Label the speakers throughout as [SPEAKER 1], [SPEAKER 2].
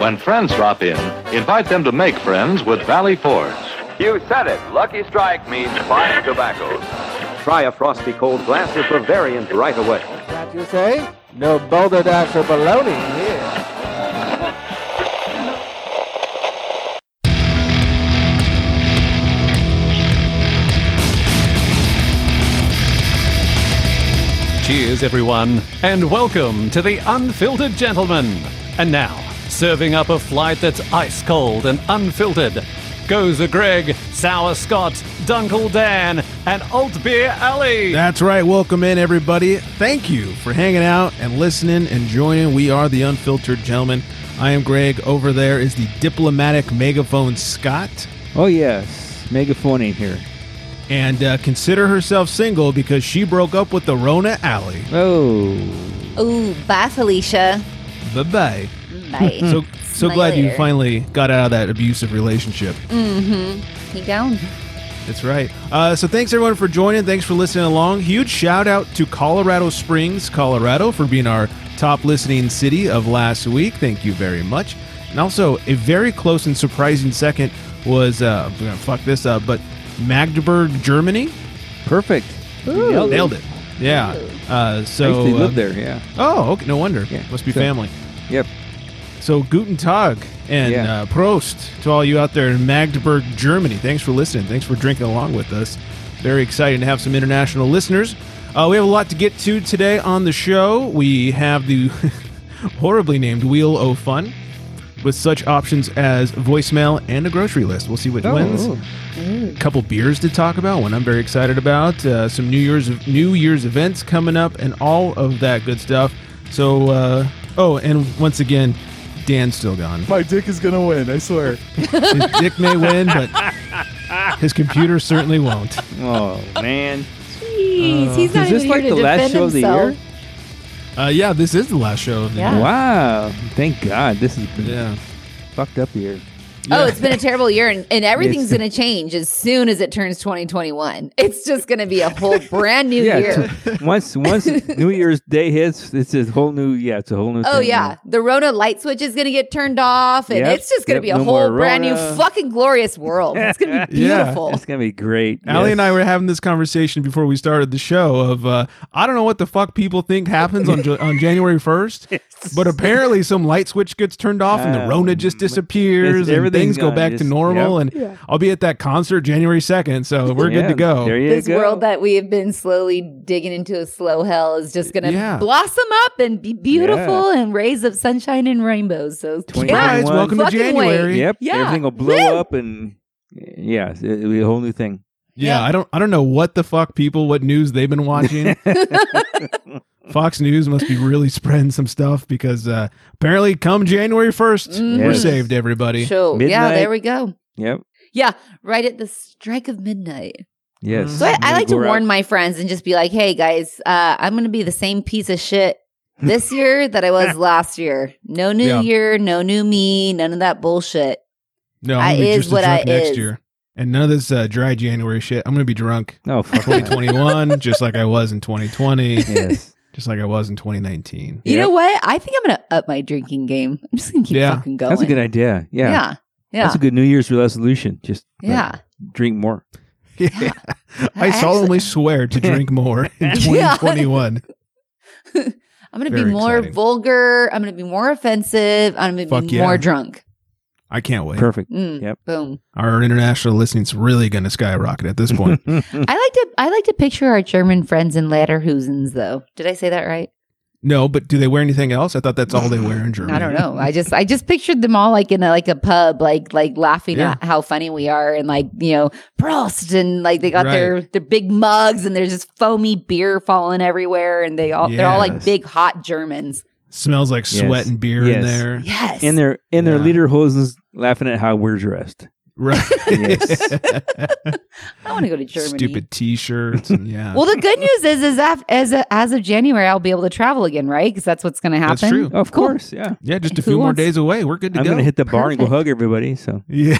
[SPEAKER 1] When friends drop in, invite them to make friends with Valley Forge.
[SPEAKER 2] You said it. Lucky Strike means fine tobaccos.
[SPEAKER 3] Try a frosty cold glass of Bavarian right away.
[SPEAKER 4] That you say? No balderdash or baloney here.
[SPEAKER 5] Cheers, everyone, and welcome to the Unfiltered Gentleman. And now, serving up a flight that's ice cold and unfiltered, Gozer Greg, Sour Scott, Dunkel Dan, and Alt Beer Alley.
[SPEAKER 6] That's right. Welcome in, everybody. Thank you for hanging out and listening and joining. We are the Unfiltered Gentlemen. I am Greg. Over there is the diplomatic megaphone Scott.
[SPEAKER 7] Oh yes, megaphone in here.
[SPEAKER 6] And uh, consider herself single because she broke up with the Rona Alley.
[SPEAKER 7] Oh,
[SPEAKER 8] Ooh, bye, Felicia.
[SPEAKER 6] Bye bye.
[SPEAKER 8] Bye.
[SPEAKER 6] So, so
[SPEAKER 8] My
[SPEAKER 6] glad you
[SPEAKER 8] layer.
[SPEAKER 6] finally got out of that abusive relationship.
[SPEAKER 8] you down?
[SPEAKER 6] That's right. Uh, so thanks everyone for joining. Thanks for listening along. Huge shout out to Colorado Springs, Colorado, for being our top listening city of last week. Thank you very much. And also, a very close and surprising second was uh, I'm gonna fuck this up, but Magdeburg, Germany,
[SPEAKER 7] perfect. You
[SPEAKER 6] nailed it. Yeah. Uh,
[SPEAKER 7] I
[SPEAKER 6] so
[SPEAKER 7] used Oh. to
[SPEAKER 6] uh,
[SPEAKER 7] live there. Yeah.
[SPEAKER 6] Oh, okay. No wonder.
[SPEAKER 7] Yeah.
[SPEAKER 6] Must be
[SPEAKER 7] So-
[SPEAKER 6] family.
[SPEAKER 7] Yep.
[SPEAKER 6] So guten tag and
[SPEAKER 7] Yeah.
[SPEAKER 6] uh, prost to all you out there in Magdeburg, Germany. Thanks for listening. Thanks for drinking along with us. Very exciting to have some international listeners. Uh, we have a lot to get to today on the show. We have the horribly named Wheel of Fun with such options as voicemail and a grocery list. We'll see what
[SPEAKER 9] Oh,
[SPEAKER 6] wins. A couple beers to talk about, one I'm very excited about, uh, some New Year's New Year's events coming up, and all of that good stuff. So, uh, oh, and once again, Dan's still gone.
[SPEAKER 9] My dick is gonna win, I swear.
[SPEAKER 6] His dick may win, but his computer certainly won't.
[SPEAKER 7] Oh man.
[SPEAKER 8] Jeez, he's not
[SPEAKER 7] Uh, Is this
[SPEAKER 8] even
[SPEAKER 7] like
[SPEAKER 8] here
[SPEAKER 7] the
[SPEAKER 8] to
[SPEAKER 7] last
[SPEAKER 8] defend
[SPEAKER 7] show of the
[SPEAKER 8] himself.
[SPEAKER 7] year?
[SPEAKER 6] Uh, yeah, this is the last show of the
[SPEAKER 8] Yeah.
[SPEAKER 7] Wow. Thank God. This has been
[SPEAKER 6] year. Yeah.
[SPEAKER 7] fucked up year.
[SPEAKER 8] Oh, it's been a terrible year, and, and everything's
[SPEAKER 7] Yes.
[SPEAKER 8] going to change as soon as it turns 2021. It's just going to be a whole brand new
[SPEAKER 7] Yeah.
[SPEAKER 8] year.
[SPEAKER 7] it's- once once New Year's Day hits, it's a whole new. Yeah, it's a whole new.
[SPEAKER 8] Oh,
[SPEAKER 7] thing,
[SPEAKER 8] yeah. The Rona light switch is going to get turned off, and
[SPEAKER 7] Yep,
[SPEAKER 8] it's just going
[SPEAKER 7] yep,
[SPEAKER 8] to be a
[SPEAKER 7] no more
[SPEAKER 8] whole brand new
[SPEAKER 7] Rona.
[SPEAKER 8] fucking glorious world. It's going to be
[SPEAKER 6] Yeah.
[SPEAKER 8] beautiful.
[SPEAKER 7] It's gonna be great.
[SPEAKER 6] Allie
[SPEAKER 7] yes.
[SPEAKER 6] and I were having this conversation before we started the show of uh, I don't know what the fuck people think happens on Ja- on January first, but apparently some light switch gets turned off and the
[SPEAKER 7] Um,
[SPEAKER 6] Rona just disappears
[SPEAKER 7] it's
[SPEAKER 6] and
[SPEAKER 7] everything
[SPEAKER 6] things go
[SPEAKER 7] gone,
[SPEAKER 6] back to
[SPEAKER 7] just-
[SPEAKER 6] normal. And I'll be at that concert January second, so we're
[SPEAKER 7] Yeah,
[SPEAKER 6] good to go.
[SPEAKER 7] There you
[SPEAKER 8] this
[SPEAKER 7] go.
[SPEAKER 8] world that we have been slowly digging into a slow hell is just going to
[SPEAKER 6] Yeah.
[SPEAKER 8] blossom up and be beautiful and rays of sunshine and rainbows. So, yeah,
[SPEAKER 6] Guys, welcome to
[SPEAKER 8] Fucking wait.
[SPEAKER 6] January.
[SPEAKER 7] Yep.
[SPEAKER 8] Yeah.
[SPEAKER 7] Everything will blow up and yeah, it'll be a whole new thing.
[SPEAKER 6] Yeah, I don't I don't know what the fuck people what news they've been watching. Fox News must be really spreading some stuff because uh, apparently come January 1st, we're
[SPEAKER 7] Yes.
[SPEAKER 6] saved everybody.
[SPEAKER 8] so Mm-hmm. yeah,
[SPEAKER 7] Midnight.
[SPEAKER 8] there we go.
[SPEAKER 7] Yep.
[SPEAKER 8] Yeah, right at the strike of midnight.
[SPEAKER 7] Yes.
[SPEAKER 8] So I, I like to
[SPEAKER 7] We're out.
[SPEAKER 8] warn my friends and just be like, "Hey guys, uh, I'm going to be the same piece of shit this year that I was last year. No new
[SPEAKER 6] Yeah.
[SPEAKER 8] year, no new me, none of that bullshit.
[SPEAKER 6] No,
[SPEAKER 8] I
[SPEAKER 6] I'm gonna be
[SPEAKER 8] is
[SPEAKER 6] just a
[SPEAKER 8] what
[SPEAKER 6] drunk
[SPEAKER 8] I
[SPEAKER 6] next
[SPEAKER 8] is.
[SPEAKER 6] year. And none of this uh, dry January shit. I'm gonna be drunk
[SPEAKER 7] No, fuck that.
[SPEAKER 6] 2021, just like I was in 2020,
[SPEAKER 7] yes.
[SPEAKER 6] just like I was in 2019.
[SPEAKER 8] You know
[SPEAKER 7] Yep.
[SPEAKER 8] what? I think I'm going to up my drinking game. I'm just going to keep
[SPEAKER 6] Yeah.
[SPEAKER 8] fucking going.
[SPEAKER 7] That's a good idea. Yeah.
[SPEAKER 8] yeah, yeah,
[SPEAKER 7] That's a good New Year's resolution. Just like,
[SPEAKER 8] Yeah.
[SPEAKER 7] drink more.
[SPEAKER 6] Yeah.
[SPEAKER 8] I
[SPEAKER 6] I solemnly swear to drink more in
[SPEAKER 8] Yeah.
[SPEAKER 6] 2021.
[SPEAKER 8] I'm going to be
[SPEAKER 6] Very
[SPEAKER 8] more
[SPEAKER 6] exciting.
[SPEAKER 8] vulgar. I'm going to be more offensive. I'm going to
[SPEAKER 6] Fuck
[SPEAKER 8] be
[SPEAKER 6] yeah.
[SPEAKER 8] more drunk.
[SPEAKER 6] I can't wait.
[SPEAKER 7] Perfect.
[SPEAKER 8] Mm,
[SPEAKER 7] Yep.
[SPEAKER 8] Boom.
[SPEAKER 6] Our international listening's really gonna skyrocket at this point.
[SPEAKER 8] I like to I like to picture our German friends in Lederhusens though. Did I say that right?
[SPEAKER 6] No, but do they wear anything else? I thought that's all they wear in Germany.
[SPEAKER 8] I don't know. I just I just pictured them all like in a, like a pub, like like laughing
[SPEAKER 6] Yeah.
[SPEAKER 8] at how funny we are, and like you know Prost, and like they got their their big mugs, and there's just foamy beer falling everywhere, and they all they're all like
[SPEAKER 7] Yes.
[SPEAKER 8] big hot Germans.
[SPEAKER 6] Smells like
[SPEAKER 7] Yes.
[SPEAKER 6] sweat and beer in
[SPEAKER 7] Yes.
[SPEAKER 6] there.
[SPEAKER 8] Yes,
[SPEAKER 7] In their in their
[SPEAKER 6] Yeah.
[SPEAKER 7] leader hoses laughing at how we're dressed.
[SPEAKER 6] Right.
[SPEAKER 7] Yes.
[SPEAKER 8] I want to go to Germany.
[SPEAKER 6] Stupid t-shirts and yeah.
[SPEAKER 8] Well, the good news is is af- as a, as of January, I'll be able to travel again, right? Because that's what's going to happen. Oh.
[SPEAKER 6] That's true.
[SPEAKER 7] Of course. Yeah.
[SPEAKER 6] Yeah, just a
[SPEAKER 8] Who
[SPEAKER 6] few more
[SPEAKER 8] wants-
[SPEAKER 6] days away. We're good to
[SPEAKER 7] I'm
[SPEAKER 6] go.
[SPEAKER 7] gonna hit the bar and go
[SPEAKER 8] Perfect.
[SPEAKER 7] hug everybody. So
[SPEAKER 6] yeah.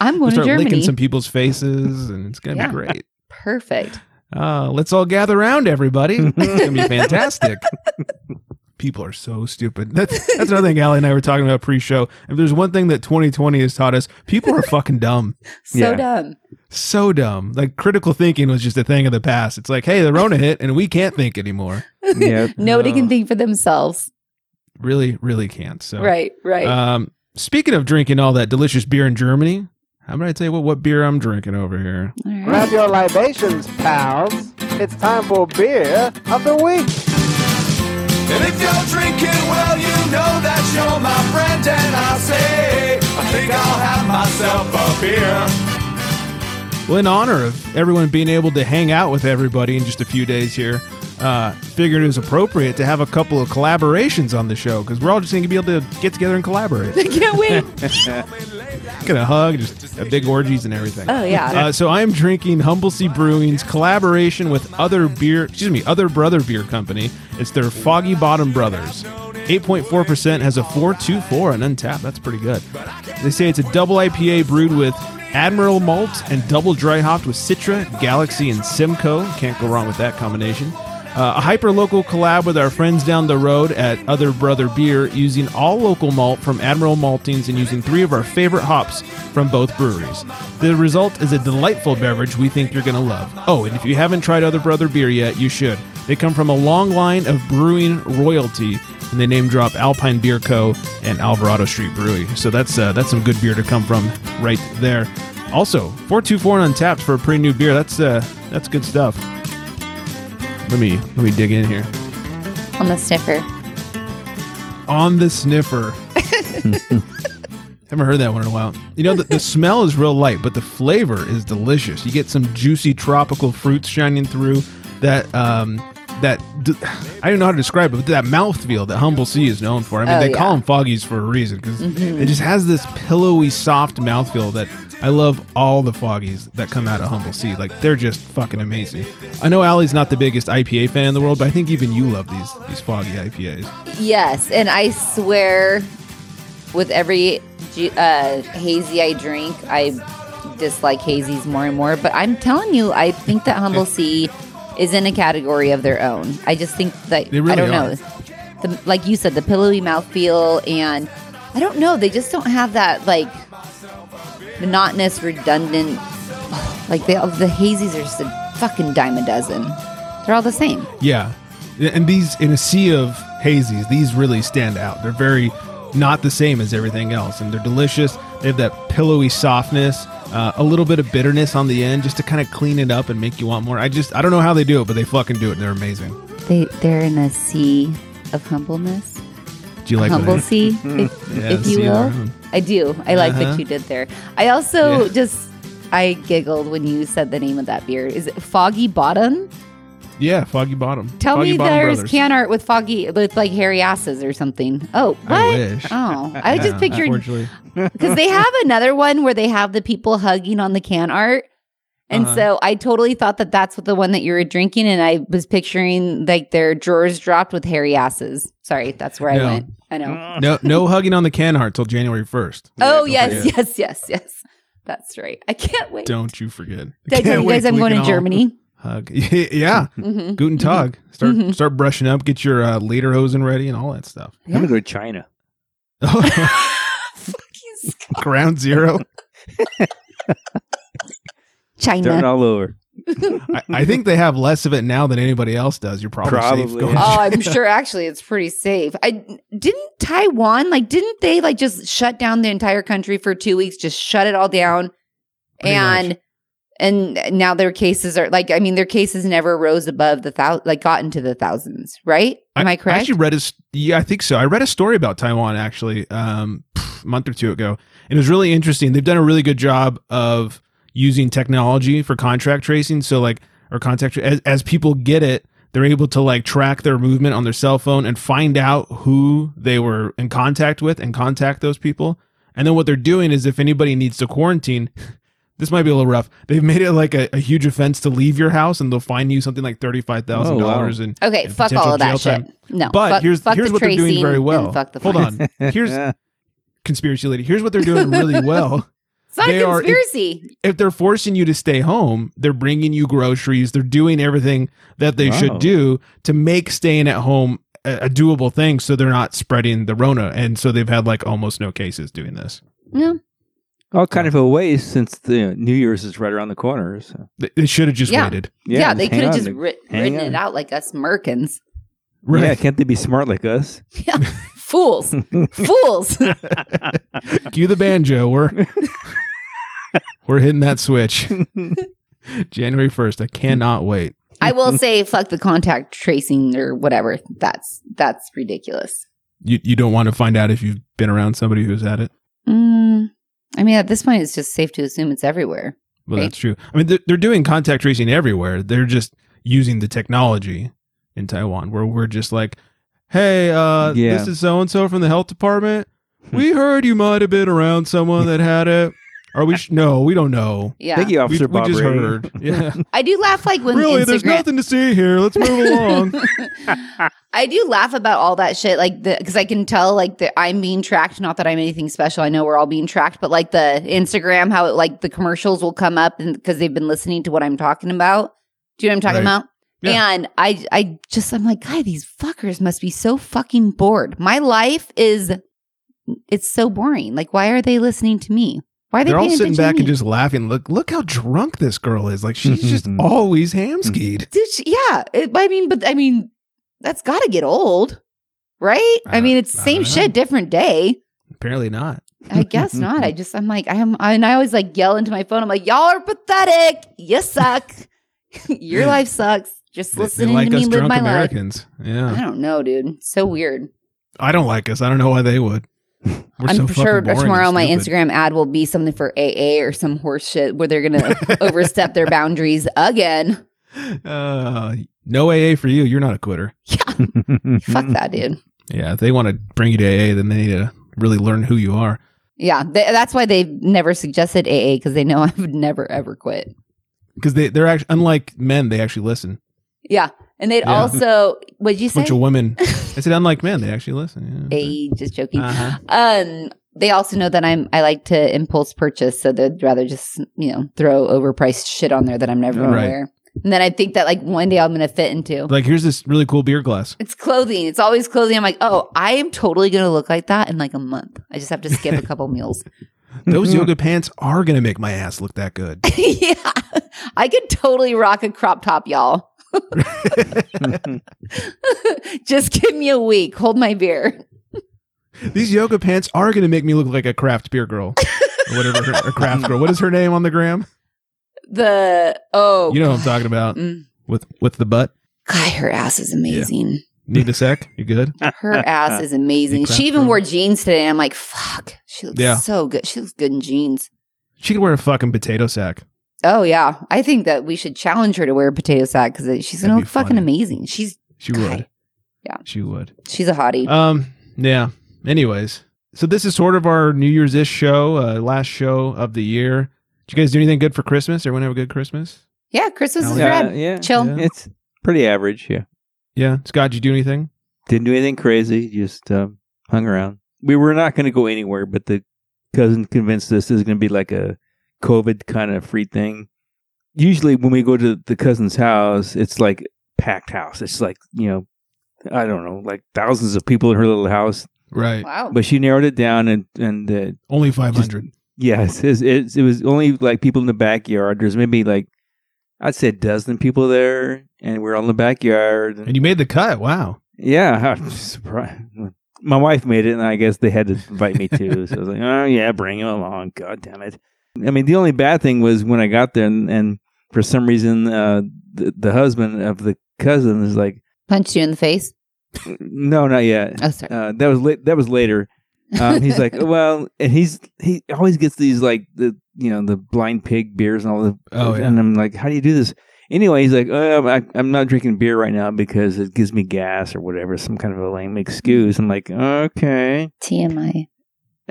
[SPEAKER 8] I'm
[SPEAKER 6] We'll
[SPEAKER 8] going to
[SPEAKER 6] start
[SPEAKER 8] Germany.
[SPEAKER 6] licking some people's faces and it's going to
[SPEAKER 8] Yeah.
[SPEAKER 6] be great.
[SPEAKER 8] Perfect.
[SPEAKER 6] Uh, let's all gather around everybody. It's going to be fantastic. People are so stupid. That's, that's another thing Allie and I were talking about pre-show. If there's one thing that 2020 has taught us, people are fucking dumb.
[SPEAKER 8] So
[SPEAKER 7] Yeah.
[SPEAKER 8] dumb.
[SPEAKER 6] So dumb. Like critical thinking was just a thing of the past. It's like, hey, the Rona hit and we can't think anymore.
[SPEAKER 7] yeah.
[SPEAKER 8] Nobody can think for themselves.
[SPEAKER 6] Really, really can't. So
[SPEAKER 8] Right, right.
[SPEAKER 6] Um, speaking of drinking all that delicious beer in Germany, how about I tell you what, what beer I'm drinking over here?
[SPEAKER 8] All right.
[SPEAKER 4] Grab your libations, pals. It's time for beer of the week.
[SPEAKER 2] And if you're drinking, well, you know that you're my friend, and I say, I think I'll have myself a beer.
[SPEAKER 6] Well, in honor of everyone being able to hang out with everybody in just a few days here, uh, figured it was appropriate to have a couple of collaborations on the show because we're all just going to be able to get together and collaborate.
[SPEAKER 8] I can't wait.
[SPEAKER 6] Get a hug, just a big orgies and everything.
[SPEAKER 8] Oh, yeah.
[SPEAKER 6] Uh, so I am drinking Humble Sea Brewing's collaboration with other beer, excuse me, other brother beer company. It's their Foggy Bottom Brothers. 8.4% has a 424 and untapped. That's pretty good. They say it's a double IPA brewed with Admiral malt and double dry hopped with Citra, Galaxy, and Simcoe. Can't go wrong with that combination. Uh, a hyper local collab with our friends down the road at Other Brother Beer using all local malt from Admiral Maltings and using three of our favorite hops from both breweries. The result is a delightful beverage we think you're going to love. Oh, and if you haven't tried Other Brother Beer yet, you should. They come from a long line of brewing royalty, and they name drop Alpine Beer Co. and Alvarado Street Brewery. So that's uh, that's some good beer to come from right there. Also, 424 and Untapped for a pretty new beer. That's uh, that's good stuff. Let me let me dig in here.
[SPEAKER 8] On the sniffer.
[SPEAKER 6] On the sniffer. Haven't heard that one in a while. You know, the, the smell is real light, but the flavor is delicious. You get some juicy tropical fruits shining through. That um, that d- I don't know how to describe it, but that mouthfeel that Humble Sea is known for. I mean,
[SPEAKER 8] Oh,
[SPEAKER 6] they
[SPEAKER 8] yeah. Mm-hmm.
[SPEAKER 6] call them foggies for a reason because it just has this pillowy, soft mouthfeel that I love. All the foggies that come out of Humble Sea, like they're just fucking amazing. I know Allie's not the biggest IPA fan in the world, but I think even you love these these foggy IPAs.
[SPEAKER 8] Yes, and I swear, with every ju- uh, hazy I drink, I dislike hazies more and more. But I'm telling you, I think that Humble C is in a category of their own. I just think that
[SPEAKER 6] They really
[SPEAKER 8] I don't
[SPEAKER 6] are.
[SPEAKER 8] know, the, like you said, the pillowy mouthfeel, and I don't know, they just don't have that like monotonous, redundant. Like they, the hazies are just a fucking dime a dozen. They're all the same.
[SPEAKER 6] Yeah. And these, in a sea of hazies, these really stand out. They're very not the same as everything else, and they're delicious. They have that pillowy softness, uh, a little bit of bitterness on the end just to kind of clean it up and make you want more. I just, I don't know how they do it, but they fucking do it, and they're amazing.
[SPEAKER 8] They they're in a sea of humbleness,
[SPEAKER 6] Do you like
[SPEAKER 8] humble
[SPEAKER 6] that?
[SPEAKER 8] sea, if,
[SPEAKER 6] Yeah,
[SPEAKER 8] if
[SPEAKER 6] sea
[SPEAKER 8] you
[SPEAKER 6] of our
[SPEAKER 8] will.
[SPEAKER 6] own.
[SPEAKER 8] I do. I like
[SPEAKER 6] Uh-huh.
[SPEAKER 8] what you did there. I also
[SPEAKER 6] Yeah.
[SPEAKER 8] just I giggled when you said the name of that beer. Is it Foggy Bottom?
[SPEAKER 6] Yeah, Foggy Bottom.
[SPEAKER 8] Tell
[SPEAKER 6] Foggy
[SPEAKER 8] me
[SPEAKER 6] Bottom
[SPEAKER 8] there's
[SPEAKER 6] Brothers.
[SPEAKER 8] can art with foggy with like hairy asses or something. Oh, what?
[SPEAKER 6] I wish.
[SPEAKER 8] Oh, I
[SPEAKER 6] Yeah,
[SPEAKER 8] just pictured
[SPEAKER 6] Unfortunately.
[SPEAKER 8] because they have another one where they have the people hugging on the can art. And
[SPEAKER 6] Uh-huh.
[SPEAKER 8] so I totally thought that that's what the one that you were drinking, and I was picturing like their drawers dropped with hairy asses. Sorry, that's where
[SPEAKER 6] No.
[SPEAKER 8] I went. I know.
[SPEAKER 6] No, no hugging on the can heart till January 1st.
[SPEAKER 8] oh
[SPEAKER 6] Don't
[SPEAKER 8] yes,
[SPEAKER 6] forget.
[SPEAKER 8] yes, yes, yes. That's right. I can't wait.
[SPEAKER 6] Don't you forget.
[SPEAKER 8] Did I tell
[SPEAKER 6] Can't
[SPEAKER 8] you
[SPEAKER 6] wait
[SPEAKER 8] guys I'm
[SPEAKER 6] till we
[SPEAKER 8] going
[SPEAKER 6] can
[SPEAKER 8] to
[SPEAKER 6] all
[SPEAKER 8] Germany?
[SPEAKER 6] Hug. yeah.
[SPEAKER 8] hmm
[SPEAKER 6] Guten Tag. Start
[SPEAKER 8] Mm-hmm.
[SPEAKER 6] start brushing up. Get your uh, lederhosen ready and all that stuff.
[SPEAKER 7] I'm gonna go to China.
[SPEAKER 6] Ground zero.
[SPEAKER 7] Starting
[SPEAKER 8] China.
[SPEAKER 7] all over.
[SPEAKER 6] I, I think they have less of it now than anybody else does. You're probably, safe
[SPEAKER 7] Probably,
[SPEAKER 6] going.
[SPEAKER 7] yeah.
[SPEAKER 8] Oh, I'm sure. Actually, it's pretty safe. I didn't Taiwan like didn't they like just shut down the entire country for two weeks? Just shut it all down,
[SPEAKER 6] Pretty
[SPEAKER 8] and
[SPEAKER 6] much.
[SPEAKER 8] and now their cases are like I mean their cases never rose above the thousand like got into the thousands, right? Am I, correct?
[SPEAKER 6] I actually read a s- yeah, I think so. I read a story about Taiwan actually um, pff, a month or two ago, and it was really interesting. They've done a really good job of using technology for contract tracing. So like or contact tra- as as people get it, they're able to like track their movement on their cell phone and find out who they were in contact with and contact those people. And then what they're doing is if anybody needs to quarantine, this might be a little rough. They've made it like a, a huge offense to leave your house, and they'll fine you something like thirty five thousand dollars. And
[SPEAKER 8] okay,
[SPEAKER 6] and
[SPEAKER 8] fuck
[SPEAKER 6] potential
[SPEAKER 8] all of
[SPEAKER 6] jail
[SPEAKER 8] that
[SPEAKER 6] time.
[SPEAKER 8] shit. No,
[SPEAKER 6] But
[SPEAKER 8] fuck,
[SPEAKER 6] here's
[SPEAKER 8] fuck
[SPEAKER 6] here's
[SPEAKER 8] the
[SPEAKER 6] what they're doing
[SPEAKER 8] tracing
[SPEAKER 6] very
[SPEAKER 8] and
[SPEAKER 6] well.
[SPEAKER 8] Fuck the
[SPEAKER 6] Hold
[SPEAKER 8] fines.
[SPEAKER 6] on. Here's
[SPEAKER 7] Yeah.
[SPEAKER 6] conspiracy lady. Here's what they're doing really well.
[SPEAKER 8] It's not
[SPEAKER 6] They
[SPEAKER 8] a
[SPEAKER 6] are-
[SPEAKER 8] conspiracy.
[SPEAKER 6] If they're forcing you to stay home, they're bringing you groceries. They're doing everything that they
[SPEAKER 7] Wow.
[SPEAKER 6] should do to make staying at home a, a doable thing so they're not spreading the Rona. And so they've had like almost no cases doing this.
[SPEAKER 8] Yeah.
[SPEAKER 7] All kind of a ways since the you know, New Year's is right around the corner. So.
[SPEAKER 6] They, they should have just
[SPEAKER 8] Yeah.
[SPEAKER 6] waited.
[SPEAKER 8] Yeah, they
[SPEAKER 7] hang
[SPEAKER 8] could have
[SPEAKER 7] on.
[SPEAKER 8] just writ-
[SPEAKER 7] hang
[SPEAKER 8] written
[SPEAKER 7] on.
[SPEAKER 8] it out like us Merkins.
[SPEAKER 7] Yeah, can't they be smart like us?
[SPEAKER 8] Fools. Fools.
[SPEAKER 6] Cue the banjo. We're we're hitting that switch. January first. I cannot wait.
[SPEAKER 8] I will say fuck the contact tracing or whatever. That's that's ridiculous.
[SPEAKER 6] You you don't want to find out if you've been around somebody who's had it.
[SPEAKER 8] Mm, I mean, at this point, it's just safe to assume it's everywhere.
[SPEAKER 6] Well,
[SPEAKER 8] Right.
[SPEAKER 6] that's true. I mean, they're, they're doing contact tracing everywhere. They're just using the technology in Taiwan, where we're just like, "Hey,
[SPEAKER 7] Yeah.
[SPEAKER 6] uh,
[SPEAKER 7] Hmm.
[SPEAKER 6] this is so and so from the health department. We heard you might have been around someone that had it. Are we? Sh- no, we don't know.
[SPEAKER 8] Yeah,
[SPEAKER 7] Thank you,
[SPEAKER 6] We,
[SPEAKER 7] Officer
[SPEAKER 6] we
[SPEAKER 7] Bob.
[SPEAKER 6] just
[SPEAKER 7] Ray.
[SPEAKER 6] heard. Yeah.
[SPEAKER 8] I do laugh like when
[SPEAKER 6] really,
[SPEAKER 8] Instagram.
[SPEAKER 6] there's nothing to see here. Let's move along.
[SPEAKER 8] I do laugh about all that shit, like the because I can tell like that I'm being tracked. Not that I'm anything special. I know we're all being tracked, but like the Instagram, how it, like the commercials will come up and because they've been listening to what I'm talking about. Do you know what I'm talking
[SPEAKER 6] Right.
[SPEAKER 8] about?
[SPEAKER 6] Yeah.
[SPEAKER 8] And I, I just, I'm like, God, these fuckers must be so fucking bored. My life is, it's so boring. Like, why are they listening to me? Why are they
[SPEAKER 6] They're all
[SPEAKER 8] paying
[SPEAKER 6] sitting
[SPEAKER 8] attention to
[SPEAKER 6] back and
[SPEAKER 8] me?
[SPEAKER 6] just laughing. Look, look how drunk this girl is. Like she's just always hamskied.
[SPEAKER 8] Dude, she- yeah. It, I mean, but I mean, that's got to get old, right? I,
[SPEAKER 6] Uh,
[SPEAKER 8] mean, it's
[SPEAKER 6] I don't
[SPEAKER 8] same
[SPEAKER 6] know.
[SPEAKER 8] shit, different day.
[SPEAKER 7] Hmm.
[SPEAKER 6] Apparently not.
[SPEAKER 8] I guess not. I just, I'm like, I'm, I, and I always like yell into my phone. I'm like, y'all are pathetic. You suck. Your life sucks. Just
[SPEAKER 6] They- They,
[SPEAKER 8] listening
[SPEAKER 6] like
[SPEAKER 8] to me
[SPEAKER 6] us
[SPEAKER 8] live
[SPEAKER 6] drunk
[SPEAKER 8] my life. Uh-huh.
[SPEAKER 6] Americans. Yeah.
[SPEAKER 8] I don't know, dude. It's so weird.
[SPEAKER 6] I don't like us. I don't know why they would. We're
[SPEAKER 8] I'm
[SPEAKER 6] so fucking
[SPEAKER 8] sure
[SPEAKER 6] boring and
[SPEAKER 8] tomorrow my
[SPEAKER 6] stupid.
[SPEAKER 8] Instagram ad will be something for AA or some horse shit where they're gonna overstep their boundaries again.
[SPEAKER 6] Uh, no AA for you. You're not a quitter.
[SPEAKER 8] Fuck that, dude.
[SPEAKER 6] Yeah. If they want to bring you to AA, then they need to really learn who you are.
[SPEAKER 8] Yeah, th- that's why they've never suggested AA because they know I would never ever quit.
[SPEAKER 6] Because they, they're actually, unlike men, they actually listen.
[SPEAKER 8] Yeah, and they'd
[SPEAKER 6] Yeah.
[SPEAKER 8] also what'd you
[SPEAKER 6] A
[SPEAKER 8] say?
[SPEAKER 6] bunch of women. I said, unlike men, they actually listen. Yeah.
[SPEAKER 8] Hey, just joking.
[SPEAKER 6] Uh-huh.
[SPEAKER 8] Um, they also know that I'm I like to impulse purchase, so they'd rather just you know throw overpriced shit on there that I'm never gonna
[SPEAKER 6] Right.
[SPEAKER 8] wear. And then I think that like one day I'm gonna fit into.
[SPEAKER 6] Like, here's this really cool beer glass.
[SPEAKER 8] It's clothing. It's always clothing. I'm like, oh, I am totally gonna look like that in like a month. I just have to skip a couple meals. Mm-hmm.
[SPEAKER 6] Those yoga pants are going to make my ass look that good.
[SPEAKER 8] yeah, I could totally rock a crop top, y'all. just give me a week. Hold my beer.
[SPEAKER 6] These yoga pants are going to make me look like a craft beer girl. Or whatever, her, a craft girl. What is her name on the gram?
[SPEAKER 8] The oh,
[SPEAKER 6] You know what I'm talking about.
[SPEAKER 8] Mm.
[SPEAKER 6] With with the butt.
[SPEAKER 8] God, her ass is amazing.
[SPEAKER 6] Need a sec? You good?
[SPEAKER 8] Her ass is amazing.
[SPEAKER 6] Incredible.
[SPEAKER 8] She even wore jeans today. And I'm like, fuck. She looks
[SPEAKER 6] Yeah.
[SPEAKER 8] so good. She looks good in jeans.
[SPEAKER 6] She could wear a fucking potato sack.
[SPEAKER 8] Oh yeah, I think that we should challenge her to wear a potato sack because she's gonna
[SPEAKER 6] That'd be
[SPEAKER 8] look fucking
[SPEAKER 6] funny.
[SPEAKER 8] amazing. She's
[SPEAKER 6] She
[SPEAKER 8] God.
[SPEAKER 6] would.
[SPEAKER 8] Yeah.
[SPEAKER 6] She would.
[SPEAKER 8] she's a hottie.
[SPEAKER 6] Um. Yeah. Anyways, so this is sort of our New Year's ish show, uh, last show of the year. Did you guys do anything good for Christmas? Everyone have a good Christmas?
[SPEAKER 8] yeah, Christmas is
[SPEAKER 7] Yeah,
[SPEAKER 8] rad.
[SPEAKER 7] yeah.
[SPEAKER 8] Chill.
[SPEAKER 6] Yeah.
[SPEAKER 7] It's pretty average. Yeah.
[SPEAKER 6] Yeah. Scott, did you do anything?
[SPEAKER 7] Didn't do anything crazy. Just um, hung around. We were not going to go anywhere, but the cousin convinced us this is going to be like a COVID kind of free thing. Usually, when we go to the cousin's house, it's like packed house. It's like you know, I don't know, like thousands of people in her little house.
[SPEAKER 6] Right.
[SPEAKER 8] Wow.
[SPEAKER 7] But she narrowed it down, and and uh,
[SPEAKER 6] Only five hundred.
[SPEAKER 7] Yes, it's, it's, it was only like people in the backyard. There's maybe like I'd say a dozen people there, and we're all in the backyard. And,
[SPEAKER 6] And you made the cut. Wow.
[SPEAKER 7] yeah, I'm surprised. My wife made it, and I guess they had to invite me too. so I was like, oh yeah, bring him along. God damn it! I mean, the only bad thing was when I got there, and, and for some reason, uh, the, the husband of the cousin is like,
[SPEAKER 8] Punched you in the face.
[SPEAKER 7] no, not yet.
[SPEAKER 8] Oh, sorry.
[SPEAKER 7] Uh, that was late. That was later. Um, he's like, well, and he's he always gets these like the you know the blind pig beers and all the.
[SPEAKER 6] Oh, yeah.
[SPEAKER 7] And I'm like, how do you do this? Anyway, he's like, oh, I, I'm not drinking beer right now because it gives me gas or whatever, some kind of a lame excuse. I'm like, okay.
[SPEAKER 8] TMI.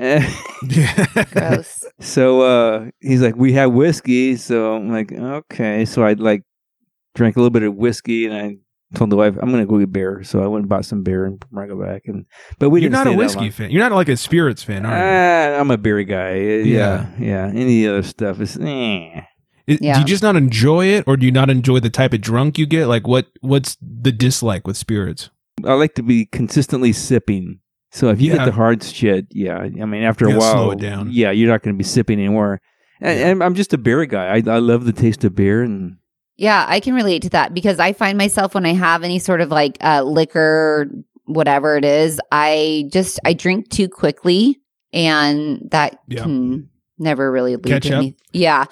[SPEAKER 6] Yeah.
[SPEAKER 8] Gross.
[SPEAKER 7] so uh, he's like, we have whiskey. So I'm like, okay. So I like drank a little bit of whiskey and I told the wife, I'm gonna go get beer. So I went and bought some beer and brought it back. And but we
[SPEAKER 6] You're
[SPEAKER 7] didn't
[SPEAKER 6] not a
[SPEAKER 7] stay that
[SPEAKER 6] whiskey
[SPEAKER 7] long.
[SPEAKER 6] fan. You're not like a spirits fan, are you?
[SPEAKER 7] Uh, I'm a beer guy. Uh, Yeah, yeah. Any other stuff is eh.
[SPEAKER 6] Is- Do
[SPEAKER 8] Yeah.
[SPEAKER 6] you just not enjoy it, or do you not enjoy the type of drunk you get? Like, what what's the dislike with spirits?
[SPEAKER 7] I like to be consistently sipping. So if you
[SPEAKER 6] Yeah.
[SPEAKER 7] get the hard shit, yeah, I mean, after
[SPEAKER 6] You
[SPEAKER 7] a
[SPEAKER 6] gotta
[SPEAKER 7] while,
[SPEAKER 6] slow it down.
[SPEAKER 7] yeah, you're not going to be sipping anymore. And, and I'm just a beer guy. I, I love the taste of beer, and
[SPEAKER 8] Yeah, I can relate to that because I find myself when I have any sort of like uh, liquor, whatever it is, I just I drink too quickly, and that
[SPEAKER 6] Yeah.
[SPEAKER 8] can never really lead
[SPEAKER 6] Catch
[SPEAKER 8] to
[SPEAKER 6] up.
[SPEAKER 8] any- Yeah,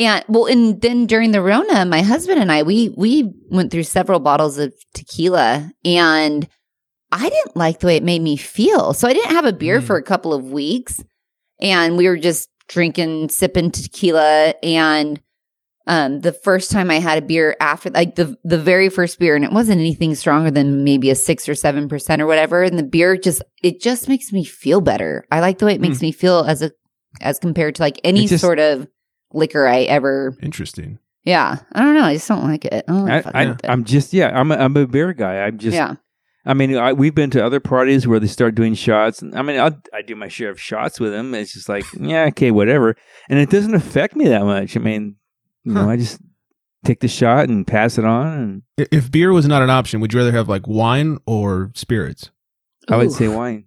[SPEAKER 8] and well, and then during the Rona, my husband and I we we went through several bottles of tequila, and I didn't like the way it made me feel, so I didn't have a beer
[SPEAKER 6] Mm.
[SPEAKER 8] for a couple of weeks, and we were just drinking, sipping tequila, and um the first time i had a beer after like the the very first beer and it wasn't anything stronger than maybe a 6 or 7% or whatever and the beer just it just makes me feel better i like the way it makes me feel as a as compared to like any
[SPEAKER 7] Hmm. It just-
[SPEAKER 8] sort of liquor i ever
[SPEAKER 6] Interesting.
[SPEAKER 8] yeah i don't know i just don't like it i don't
[SPEAKER 7] I,
[SPEAKER 8] like fucking
[SPEAKER 7] I,
[SPEAKER 8] with it.
[SPEAKER 7] I'm just yeah, I'm a, I'm a beer guy. I'm just
[SPEAKER 8] Oh, yeah
[SPEAKER 7] I mean, I, we've been to other parties where they start doing shots. and I mean, I'll, I do my share of shots with them. It's just like, yeah, okay, whatever. And it doesn't affect me that much. I mean, you know, I just take the shot and pass it on. And
[SPEAKER 6] I- If beer was not an option, would you rather have like wine or spirits?
[SPEAKER 7] I would
[SPEAKER 8] Ooh.
[SPEAKER 7] say wine.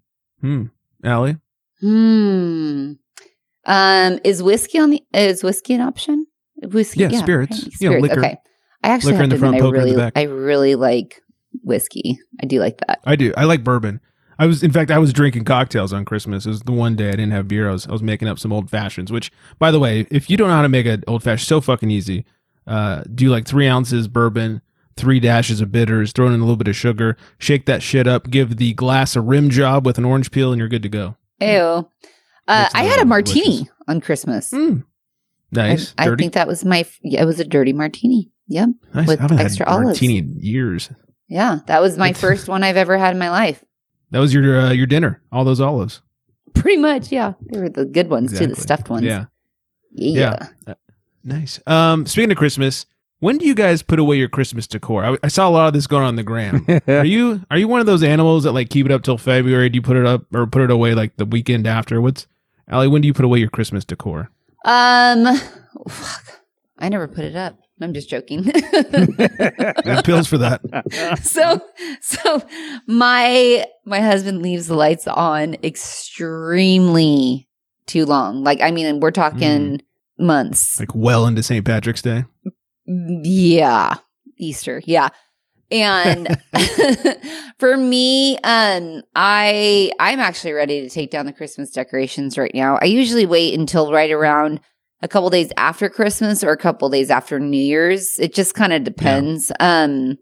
[SPEAKER 6] Allie?
[SPEAKER 8] hmm um is whiskey on the is whiskey an option whiskey
[SPEAKER 6] Yeah, spirits.
[SPEAKER 8] right,
[SPEAKER 6] Yeah, liquor.
[SPEAKER 8] okay i actually
[SPEAKER 6] Liquor
[SPEAKER 8] have
[SPEAKER 6] in
[SPEAKER 8] to
[SPEAKER 6] the front,
[SPEAKER 8] admit,
[SPEAKER 6] poker
[SPEAKER 8] i
[SPEAKER 6] in the
[SPEAKER 8] really
[SPEAKER 6] back.
[SPEAKER 8] i really like whiskey i do like that
[SPEAKER 6] I do. I like bourbon. I was, in fact, I was drinking cocktails on Christmas. It was the one day I didn't have beer. I was, I was making up some old fashions. Which, by the way, if you don't know how to make an old fashioned, so fucking easy. Uh, do like three ounces bourbon, three dashes of bitters, throw in a little bit of sugar, shake that shit up, give the glass a rim job with an orange peel, and you're good to go.
[SPEAKER 8] Ew. Uh,
[SPEAKER 6] That's
[SPEAKER 8] I had a
[SPEAKER 6] amazing.
[SPEAKER 8] martini
[SPEAKER 6] Delicious.
[SPEAKER 8] on Christmas.
[SPEAKER 6] Mm. Nice,
[SPEAKER 8] I, I
[SPEAKER 6] dirty,
[SPEAKER 8] think that was my. f- yeah, It was a dirty martini. Yep.
[SPEAKER 6] nice.
[SPEAKER 8] with
[SPEAKER 6] I haven't
[SPEAKER 8] extra
[SPEAKER 6] had
[SPEAKER 8] olives.
[SPEAKER 6] martini in years.
[SPEAKER 8] Yeah, that was my
[SPEAKER 6] It's-
[SPEAKER 8] first one I've ever had in my life.
[SPEAKER 6] That was your uh, your dinner. All those olives.
[SPEAKER 8] Pretty much, yeah. They were the good ones too, the
[SPEAKER 6] Exactly.
[SPEAKER 8] stuffed ones.
[SPEAKER 6] Yeah.
[SPEAKER 8] yeah.
[SPEAKER 6] Yeah. Nice. Um, speaking of Christmas, when do you guys put away your Christmas decor? I, I saw a lot of this going on the gram. are you are you one of those animals that like keep it up till February? Do you put it up or put it away like the weekend after? What's Allie? When do you put away your Christmas decor?
[SPEAKER 8] Um. Fuck. I never put it up. I'm just joking.
[SPEAKER 6] I have pills for that.
[SPEAKER 8] so so my my husband leaves the lights on extremely too long. Like I mean, and we're talking months.
[SPEAKER 6] Like well into St. Patrick's Day.
[SPEAKER 8] yeah easter yeah and for me um i i'm actually ready to take down the christmas decorations right now i usually wait until right around a couple days after christmas or a couple days after new year's it just kind of depends um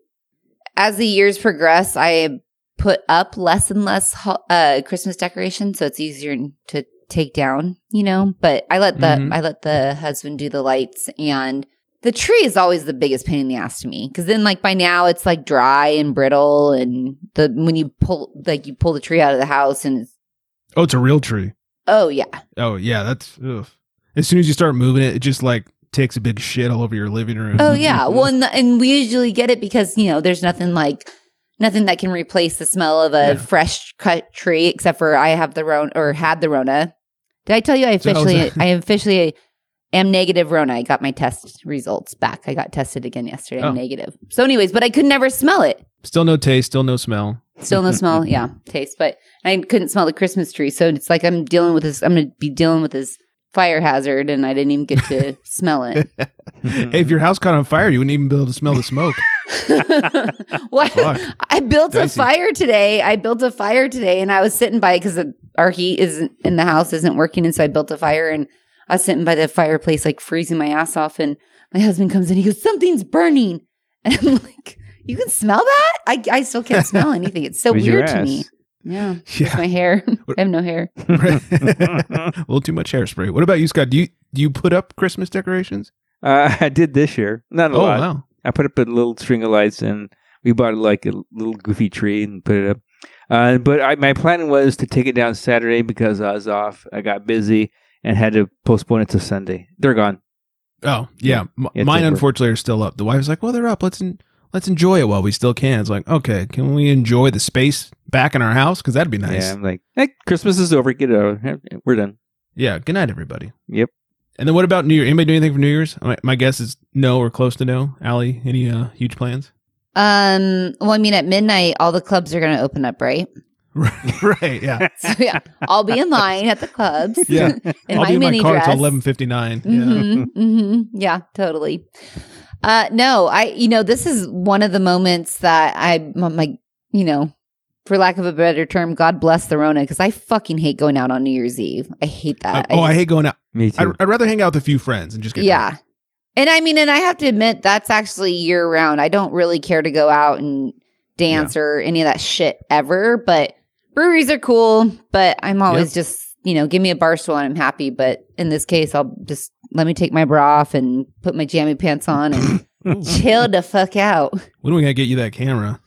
[SPEAKER 8] as the years progress i put up less and less ho- uh christmas decorations so it's easier to take down you know but i let the
[SPEAKER 6] Mhm.
[SPEAKER 8] i let the husband do the lights and the tree is always the biggest pain in the ass to me because then like by now it's like dry and brittle and the when you pull like you pull the tree out of the house and it's,
[SPEAKER 6] Oh, it's a real tree.
[SPEAKER 8] oh yeah
[SPEAKER 6] Oh yeah, that's. Ugh. As soon as you start moving it, it just like takes a big shit all over your living room. Mm-hmm.
[SPEAKER 8] oh yeah well and, and we usually get it because you know there's nothing like nothing that can replace the smell of a
[SPEAKER 6] Yeah.
[SPEAKER 8] fresh cut tree except for I have the Rona or had the Rona did I tell you I
[SPEAKER 6] So how's
[SPEAKER 8] officially
[SPEAKER 6] that?
[SPEAKER 8] I officially am negative Rona I got my test results back I got tested again yesterday
[SPEAKER 6] Oh.
[SPEAKER 8] I'm negative so anyways but I could never smell it
[SPEAKER 6] Still no taste. Still no smell.
[SPEAKER 8] Still no smell, yeah, taste, but I couldn't smell the Christmas tree. So it's like I'm dealing with this. I'm gonna be dealing with this fire hazard, and I didn't even get to smell it.
[SPEAKER 6] hey, if your house caught on fire, you wouldn't even be able to smell the smoke.
[SPEAKER 8] what?
[SPEAKER 6] Fuck.
[SPEAKER 8] I built a
[SPEAKER 6] Dicey.
[SPEAKER 8] fire today. I built a fire today, and I was sitting by because our heat isn't in the house isn't working, and so I built a fire, and I was sitting by the fireplace, like freezing my ass off. And my husband comes in, he goes, "Something's burning," and I'm like, "You can smell that? I, I still can't smell anything. It's so
[SPEAKER 7] It was your
[SPEAKER 8] weird to me."
[SPEAKER 7] ass.
[SPEAKER 8] Yeah.
[SPEAKER 6] yeah.
[SPEAKER 8] my hair. I have no hair.
[SPEAKER 6] Right. a little too much hairspray. What about you, Scott? Do you do you put up Christmas decorations?
[SPEAKER 7] Uh, I did this year. Not a
[SPEAKER 6] oh
[SPEAKER 7] lot.
[SPEAKER 6] wow,
[SPEAKER 7] I put up a little string of lights and we bought like a little goofy tree and put it up. Uh, but I, my plan was to take it down Saturday because I was off. I got busy and had to postpone it to Sunday. They're gone.
[SPEAKER 6] oh yeah. M-
[SPEAKER 7] Yeah, it's
[SPEAKER 6] Mine
[SPEAKER 7] over.
[SPEAKER 6] unfortunately are still up. The wife's like, "Well, they're up. Let's en- let's enjoy it while we still can." It's like, okay, can we enjoy the space back in our house? Because that'd be nice.
[SPEAKER 7] Yeah,
[SPEAKER 6] Yeah.
[SPEAKER 7] I'm like, hey, Christmas is over. Get out. We're done.
[SPEAKER 6] Good night, everybody.
[SPEAKER 7] Yep.
[SPEAKER 6] And then what about New Year? Anybody do anything for New Year's? My, my guess is no or close to no. Allie, any uh, huge plans?
[SPEAKER 8] Um, well, I mean, at midnight, all the clubs are going to open up, right?
[SPEAKER 6] right. Yeah.
[SPEAKER 8] So yeah, I'll be in line at the clubs.
[SPEAKER 6] Yeah.
[SPEAKER 8] in
[SPEAKER 6] I'll
[SPEAKER 8] my
[SPEAKER 6] be in my
[SPEAKER 8] mini
[SPEAKER 6] car
[SPEAKER 8] dress.
[SPEAKER 6] until eleven fifty nine. Yeah.
[SPEAKER 8] Mm-hmm, mm-hmm. Yeah, totally. Uh, no, I, you know, this is one of the moments that I, am like, you know, for lack of a better term, God bless the Rona because I fucking hate going out on New Year's Eve. I hate
[SPEAKER 6] I-
[SPEAKER 8] that.
[SPEAKER 6] oh, I
[SPEAKER 8] just-
[SPEAKER 6] hate going out.
[SPEAKER 7] Me too.
[SPEAKER 6] I'd, I'd rather hang out with a few friends and just get
[SPEAKER 8] yeah.
[SPEAKER 6] drunk.
[SPEAKER 8] And I mean, and I have to admit, that's actually year round. I don't really care to go out and dance or any of that shit ever, but breweries are cool. But I'm always just, you know, give me a bar stool and I'm happy. But in this case, I'll just let me take my bra off and put my jammy pants on and chill the fuck out.
[SPEAKER 6] When are we gonna get you that camera?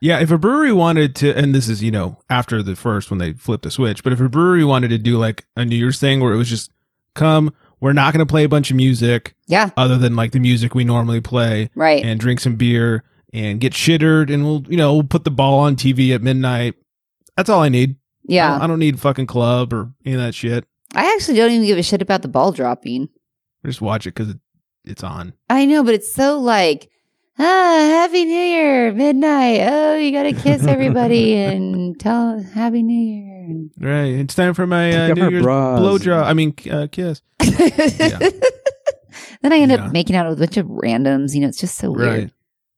[SPEAKER 6] Yeah, if a brewery wanted to, and this is you know after the first when they flipped the switch, but if a brewery wanted to do like a New Year's thing where it was just come, we're not gonna play a bunch of music
[SPEAKER 8] yeah.
[SPEAKER 6] other than like the music we normally play,
[SPEAKER 8] Right.
[SPEAKER 6] and drink some beer and get shittered, and we'll you know we'll put the ball on TV at midnight. That's all I need. I
[SPEAKER 8] yeah.
[SPEAKER 6] don't, I don't need fucking club or any of that shit.
[SPEAKER 8] I actually don't even give a shit about the ball dropping.
[SPEAKER 6] I just watch it because it, it's on.
[SPEAKER 8] I know, but it's so like, ah, Happy New Year, midnight. Oh, you got to kiss everybody and tell Happy New Year. And
[SPEAKER 6] Right. It's time for my
[SPEAKER 7] Take
[SPEAKER 6] uh,
[SPEAKER 7] off
[SPEAKER 6] New
[SPEAKER 7] our
[SPEAKER 6] Year's
[SPEAKER 7] bras.
[SPEAKER 6] blow job. I mean, uh, kiss.
[SPEAKER 8] then I end
[SPEAKER 6] Yeah.
[SPEAKER 8] up making out with a bunch of randoms. You know, it's just so weird.
[SPEAKER 6] Right.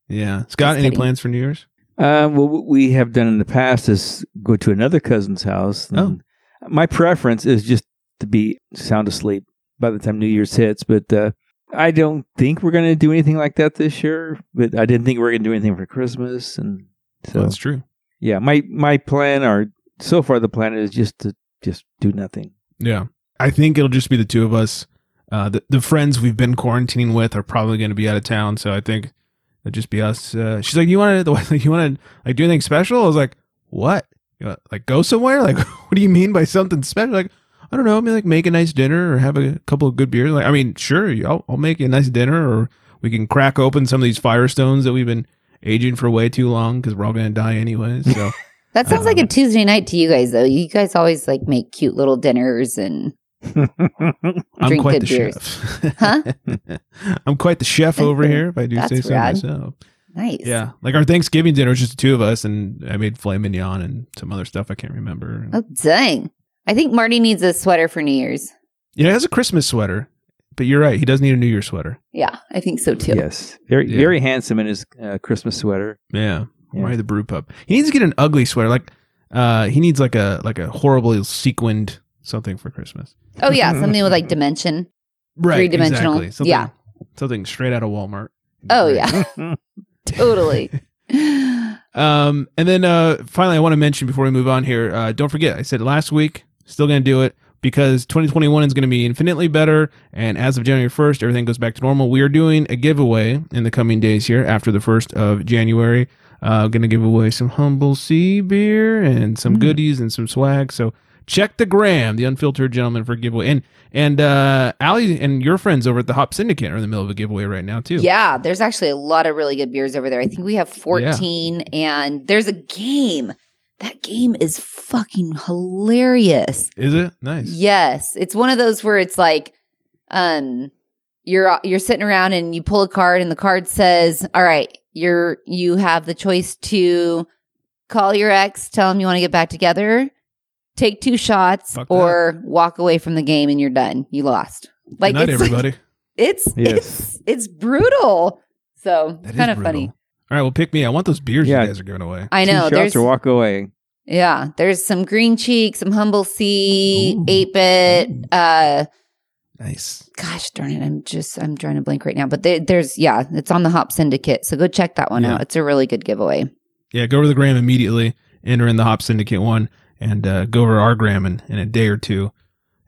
[SPEAKER 6] Yeah. Scott,
[SPEAKER 8] Just
[SPEAKER 6] any
[SPEAKER 8] kidding.
[SPEAKER 6] plans for New Year's?
[SPEAKER 7] Uh, well, what we have done in the past is go to another cousin's house.
[SPEAKER 6] Oh.
[SPEAKER 7] and My preference is just to be sound asleep by the time New Year's hits, but uh, I don't think we're going to do anything like that this year. But I didn't think we were going to do anything for Christmas, and so
[SPEAKER 6] That's true.
[SPEAKER 7] yeah, my my plan or so far the plan is just to just do nothing.
[SPEAKER 6] Yeah. I think it'll just be the two of us. Uh, the, the friends we've been quarantining with are probably going to be out of town. So I think it'll just be us. Uh, she's like, you want to, you want to like do anything special? I was like, what? You wanna, like go somewhere? Like, what do you mean by something special? Like, I don't know. I mean, like make a nice dinner or have a couple of good beers. Like, I mean, sure, I'll, I'll make you a nice dinner or we can crack open some of these firestones that we've been aging for way too long because we're all going to die anyway. So
[SPEAKER 8] That sounds like a Tuesday night to you guys, though. You guys always like make cute little dinners and
[SPEAKER 6] I'm
[SPEAKER 8] Drink
[SPEAKER 6] quite
[SPEAKER 8] good
[SPEAKER 6] the
[SPEAKER 8] beers.
[SPEAKER 6] chef.
[SPEAKER 8] Huh?
[SPEAKER 6] I'm quite the chef over here, if I do
[SPEAKER 8] That's
[SPEAKER 6] say so
[SPEAKER 8] rad.
[SPEAKER 6] myself.
[SPEAKER 8] nice.
[SPEAKER 6] Yeah. Like our Thanksgiving dinner was just the two of us, and I made filet mignon and some other stuff I can't remember.
[SPEAKER 8] Oh, dang. I think Marty needs a sweater for New Year's.
[SPEAKER 6] Yeah, he has a Christmas sweater, but you're right. He does need a New Year's sweater.
[SPEAKER 8] Yeah, I think so too.
[SPEAKER 7] Yes, very
[SPEAKER 6] Yeah.
[SPEAKER 7] very handsome in his uh, Christmas sweater.
[SPEAKER 6] Yeah.
[SPEAKER 7] Yeah.
[SPEAKER 6] Why the brew pub? He needs to get an ugly sweater. Like, uh, he needs like a like a horribly sequined something for Christmas.
[SPEAKER 8] Oh, yeah. Something with like dimension.
[SPEAKER 6] Right.
[SPEAKER 8] Three-dimensional.
[SPEAKER 6] Something,
[SPEAKER 8] Yeah.
[SPEAKER 6] Something straight out of Walmart.
[SPEAKER 8] Oh,
[SPEAKER 6] Right.
[SPEAKER 8] yeah. totally.
[SPEAKER 6] Um, and then uh, finally, I want to mention before we move on here. Uh, don't forget, I said last week, still going to do it because 2021 is going to be infinitely better. And as of January 1st, everything goes back to normal. We are doing a giveaway in the coming days here after the 1st of January. Uh, going to give away some humble sea beer and
[SPEAKER 8] Mm.
[SPEAKER 6] some goodies and some swag. So check the gram, the unfiltered gentleman for giveaway. And and uh, Allie and your friends over at the Hop Syndicate are in the middle of a giveaway right now too.
[SPEAKER 8] Yeah, there's actually a lot of really good beers over there. I think we have 14 and there's a game. That game is fucking hilarious.
[SPEAKER 6] Is it nice?
[SPEAKER 8] Yes, it's one of those where it's like um you're you're sitting around and you pull a card and the card says, "All right, you're you have the choice to call your ex, tell him you want to get back together, take two shots
[SPEAKER 6] Fuck that.
[SPEAKER 8] or walk away from the game and you're done. You lost."
[SPEAKER 6] Good night,
[SPEAKER 8] it's
[SPEAKER 6] everybody.
[SPEAKER 8] it's
[SPEAKER 7] Yes.
[SPEAKER 8] it's it's brutal. So
[SPEAKER 6] That is
[SPEAKER 8] kind of
[SPEAKER 6] brutal.
[SPEAKER 8] funny.
[SPEAKER 6] All right, well, pick me. I want those beers
[SPEAKER 7] Yeah.
[SPEAKER 6] you guys are giving away.
[SPEAKER 8] I know.
[SPEAKER 7] Two shots
[SPEAKER 8] There's
[SPEAKER 7] or walk away.
[SPEAKER 8] yeah. There's some green cheek, some humble sea,
[SPEAKER 6] Ooh.
[SPEAKER 8] eight bit. Uh,
[SPEAKER 6] Nice.
[SPEAKER 8] gosh darn it, I'm just I'm drawing a blank right now. But there, there's yeah, it's on the Hop Syndicate. So go check that one
[SPEAKER 6] Yeah.
[SPEAKER 8] out. It's a really good giveaway.
[SPEAKER 6] Yeah, go over the gram immediately. Enter in the Hop Syndicate one, and uh, go over to our gram in, in a day or two,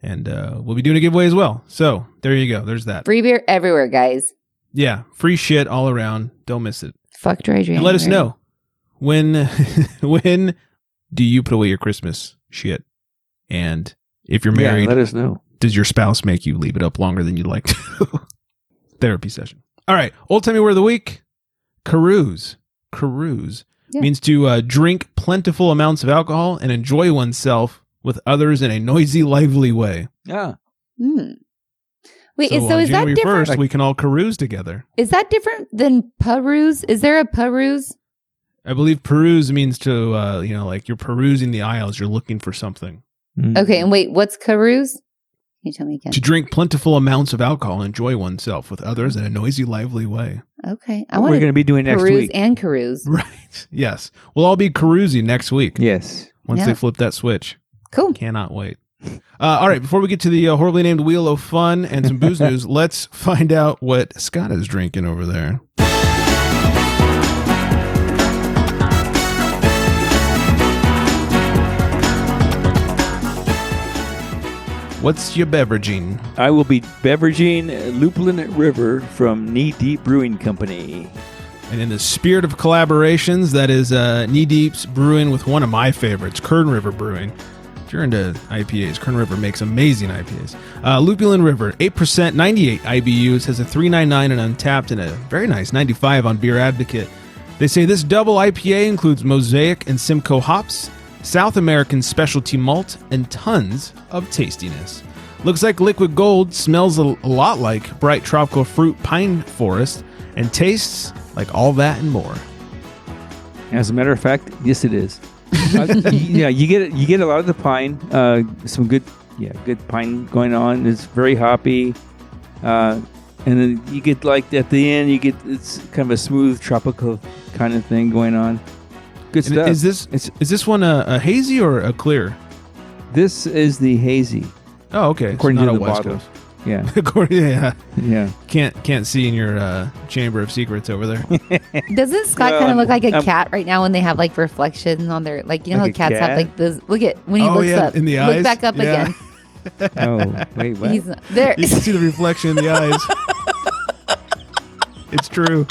[SPEAKER 6] and uh, we'll be doing a giveaway as well. So there you go. There's that.
[SPEAKER 8] Free beer everywhere, guys.
[SPEAKER 6] Yeah, free shit all around. Don't miss it.
[SPEAKER 8] Fuck dry January.
[SPEAKER 6] And let us know when when do you put away your Christmas shit, and if you're
[SPEAKER 7] Yeah,
[SPEAKER 6] married,
[SPEAKER 7] let us know.
[SPEAKER 6] does your spouse make you leave it up longer than you'd like to? Therapy session. All right. Old timey word of the week caruse. Caruse
[SPEAKER 8] Yeah.
[SPEAKER 6] means to uh, drink plentiful amounts of alcohol and enjoy oneself with others in a noisy, lively way.
[SPEAKER 7] Yeah,
[SPEAKER 8] Hmm. Wait, is, so
[SPEAKER 6] on
[SPEAKER 8] is that
[SPEAKER 6] January
[SPEAKER 8] different?
[SPEAKER 6] 1st, we can all carouse together.
[SPEAKER 8] Is that different than peruse? Is there a peruse?
[SPEAKER 6] I believe peruse means to, uh, you know, like you're perusing the aisles, you're looking for something. Mm-hmm.
[SPEAKER 7] Mm.
[SPEAKER 8] Okay, and wait, what's carouse? Can you tell me again?
[SPEAKER 6] To drink plentiful amounts of alcohol and enjoy oneself with others in a noisy, lively way.
[SPEAKER 8] Okay, I
[SPEAKER 7] What
[SPEAKER 8] want
[SPEAKER 7] we're going to be doing next
[SPEAKER 8] peruse
[SPEAKER 7] week.
[SPEAKER 8] and carouse.
[SPEAKER 6] Right. Yes. We'll all be carousing next week
[SPEAKER 7] Yes.
[SPEAKER 6] once
[SPEAKER 8] Yeah.
[SPEAKER 6] they flip that switch.
[SPEAKER 8] Cool.
[SPEAKER 6] Cannot wait. Uh, all right, before we get to the uh, horribly named Wheel of Fun and some booze news, let's find out what Scott is drinking over there. What's your beveraging?
[SPEAKER 7] I will be beveraging Lupulin River from Knee Deep Brewing Company.
[SPEAKER 6] And in the spirit of collaborations, that is uh, Knee Deep's brewing with one of my favorites, Kern River Brewing. If you're into IPAs, Kern River makes amazing IPAs. Uh, Lupulin River, 8%, 98 IBUs, has a 399 and untapped, and a very nice 95 on Beer Advocate. They say this double IPA includes Mosaic and Simcoe hops, South American specialty malt, and tons of tastiness. Looks like liquid gold, smells a a lot like bright tropical fruit pine forest, and tastes like all that and more.
[SPEAKER 7] As a matter of fact, yes, it is. Uh, yeah, you get you get a lot of the pine. Uh, some good, yeah, good pine going on. It's very hoppy, uh, and then you get like at the end, you get it's kind of a smooth tropical kind of thing going on. Good
[SPEAKER 6] And
[SPEAKER 7] stuff.
[SPEAKER 6] is this
[SPEAKER 7] It's-
[SPEAKER 6] is this one a, a hazy or a clear?
[SPEAKER 7] this is the hazy?
[SPEAKER 6] Oh, okay. It's
[SPEAKER 7] According
[SPEAKER 6] not
[SPEAKER 7] to
[SPEAKER 6] a
[SPEAKER 7] the bottle. Yeah,
[SPEAKER 6] According, yeah,
[SPEAKER 7] yeah.
[SPEAKER 6] can't can't see in your uh, chamber of secrets over there.
[SPEAKER 8] Doesn't Scott
[SPEAKER 7] Well,
[SPEAKER 8] kind of look like a
[SPEAKER 6] um,
[SPEAKER 7] I'm-
[SPEAKER 8] cat right now when they have like reflections on their like you know
[SPEAKER 7] Like
[SPEAKER 8] how
[SPEAKER 7] a
[SPEAKER 8] cats have
[SPEAKER 7] cat?
[SPEAKER 8] like those? Look at when he
[SPEAKER 6] Oh,
[SPEAKER 8] looks
[SPEAKER 6] yeah,
[SPEAKER 8] up
[SPEAKER 6] in the
[SPEAKER 8] Look
[SPEAKER 6] eyes?
[SPEAKER 8] back up
[SPEAKER 6] Yeah.
[SPEAKER 8] again.
[SPEAKER 7] Oh, wait, what?
[SPEAKER 8] He's not- there.
[SPEAKER 6] you can see the reflection in the eyes. It's true.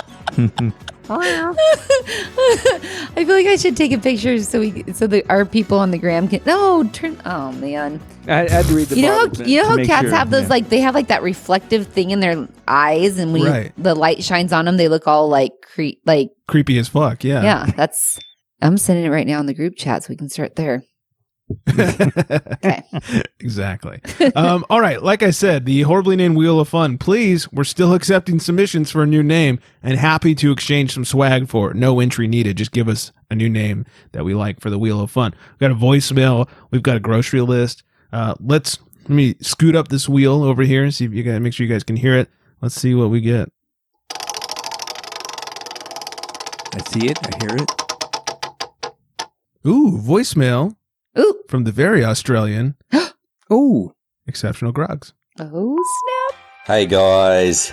[SPEAKER 8] I feel like I should take a picture so we so that our people on the gram can. No, turn. Oh man.
[SPEAKER 7] I, I had to read the
[SPEAKER 8] you know
[SPEAKER 7] bottle
[SPEAKER 8] how
[SPEAKER 7] to-
[SPEAKER 8] you
[SPEAKER 7] to
[SPEAKER 8] know how
[SPEAKER 7] make
[SPEAKER 8] cats
[SPEAKER 7] sure.
[SPEAKER 8] have those
[SPEAKER 7] Yeah.
[SPEAKER 8] like they have like that reflective thing in their eyes, and when you-
[SPEAKER 6] Right.
[SPEAKER 8] the light shines on them, they look all like cre- like
[SPEAKER 6] Creepy as fuck. Yeah.
[SPEAKER 8] yeah. That's I'm sending it right now in the group chat, so we can start there.
[SPEAKER 6] exactly. Um, all right. Like I said, the horribly named Wheel of Fun. Please, we're still accepting submissions for a new name and happy to exchange some swag for it. No entry needed. Just give us a new name that we like for the Wheel of Fun. We've got a voicemail. We've got a grocery list. Uh, let's let me scoot up this wheel over here and see if you guys make sure you guys can hear it. Let's see what we get.
[SPEAKER 7] I see it. I hear it.
[SPEAKER 6] Ooh, voicemail
[SPEAKER 8] Ooh,
[SPEAKER 6] from the very Australian
[SPEAKER 7] Oh,
[SPEAKER 6] exceptional Grogs.
[SPEAKER 8] oh
[SPEAKER 10] Hey guys.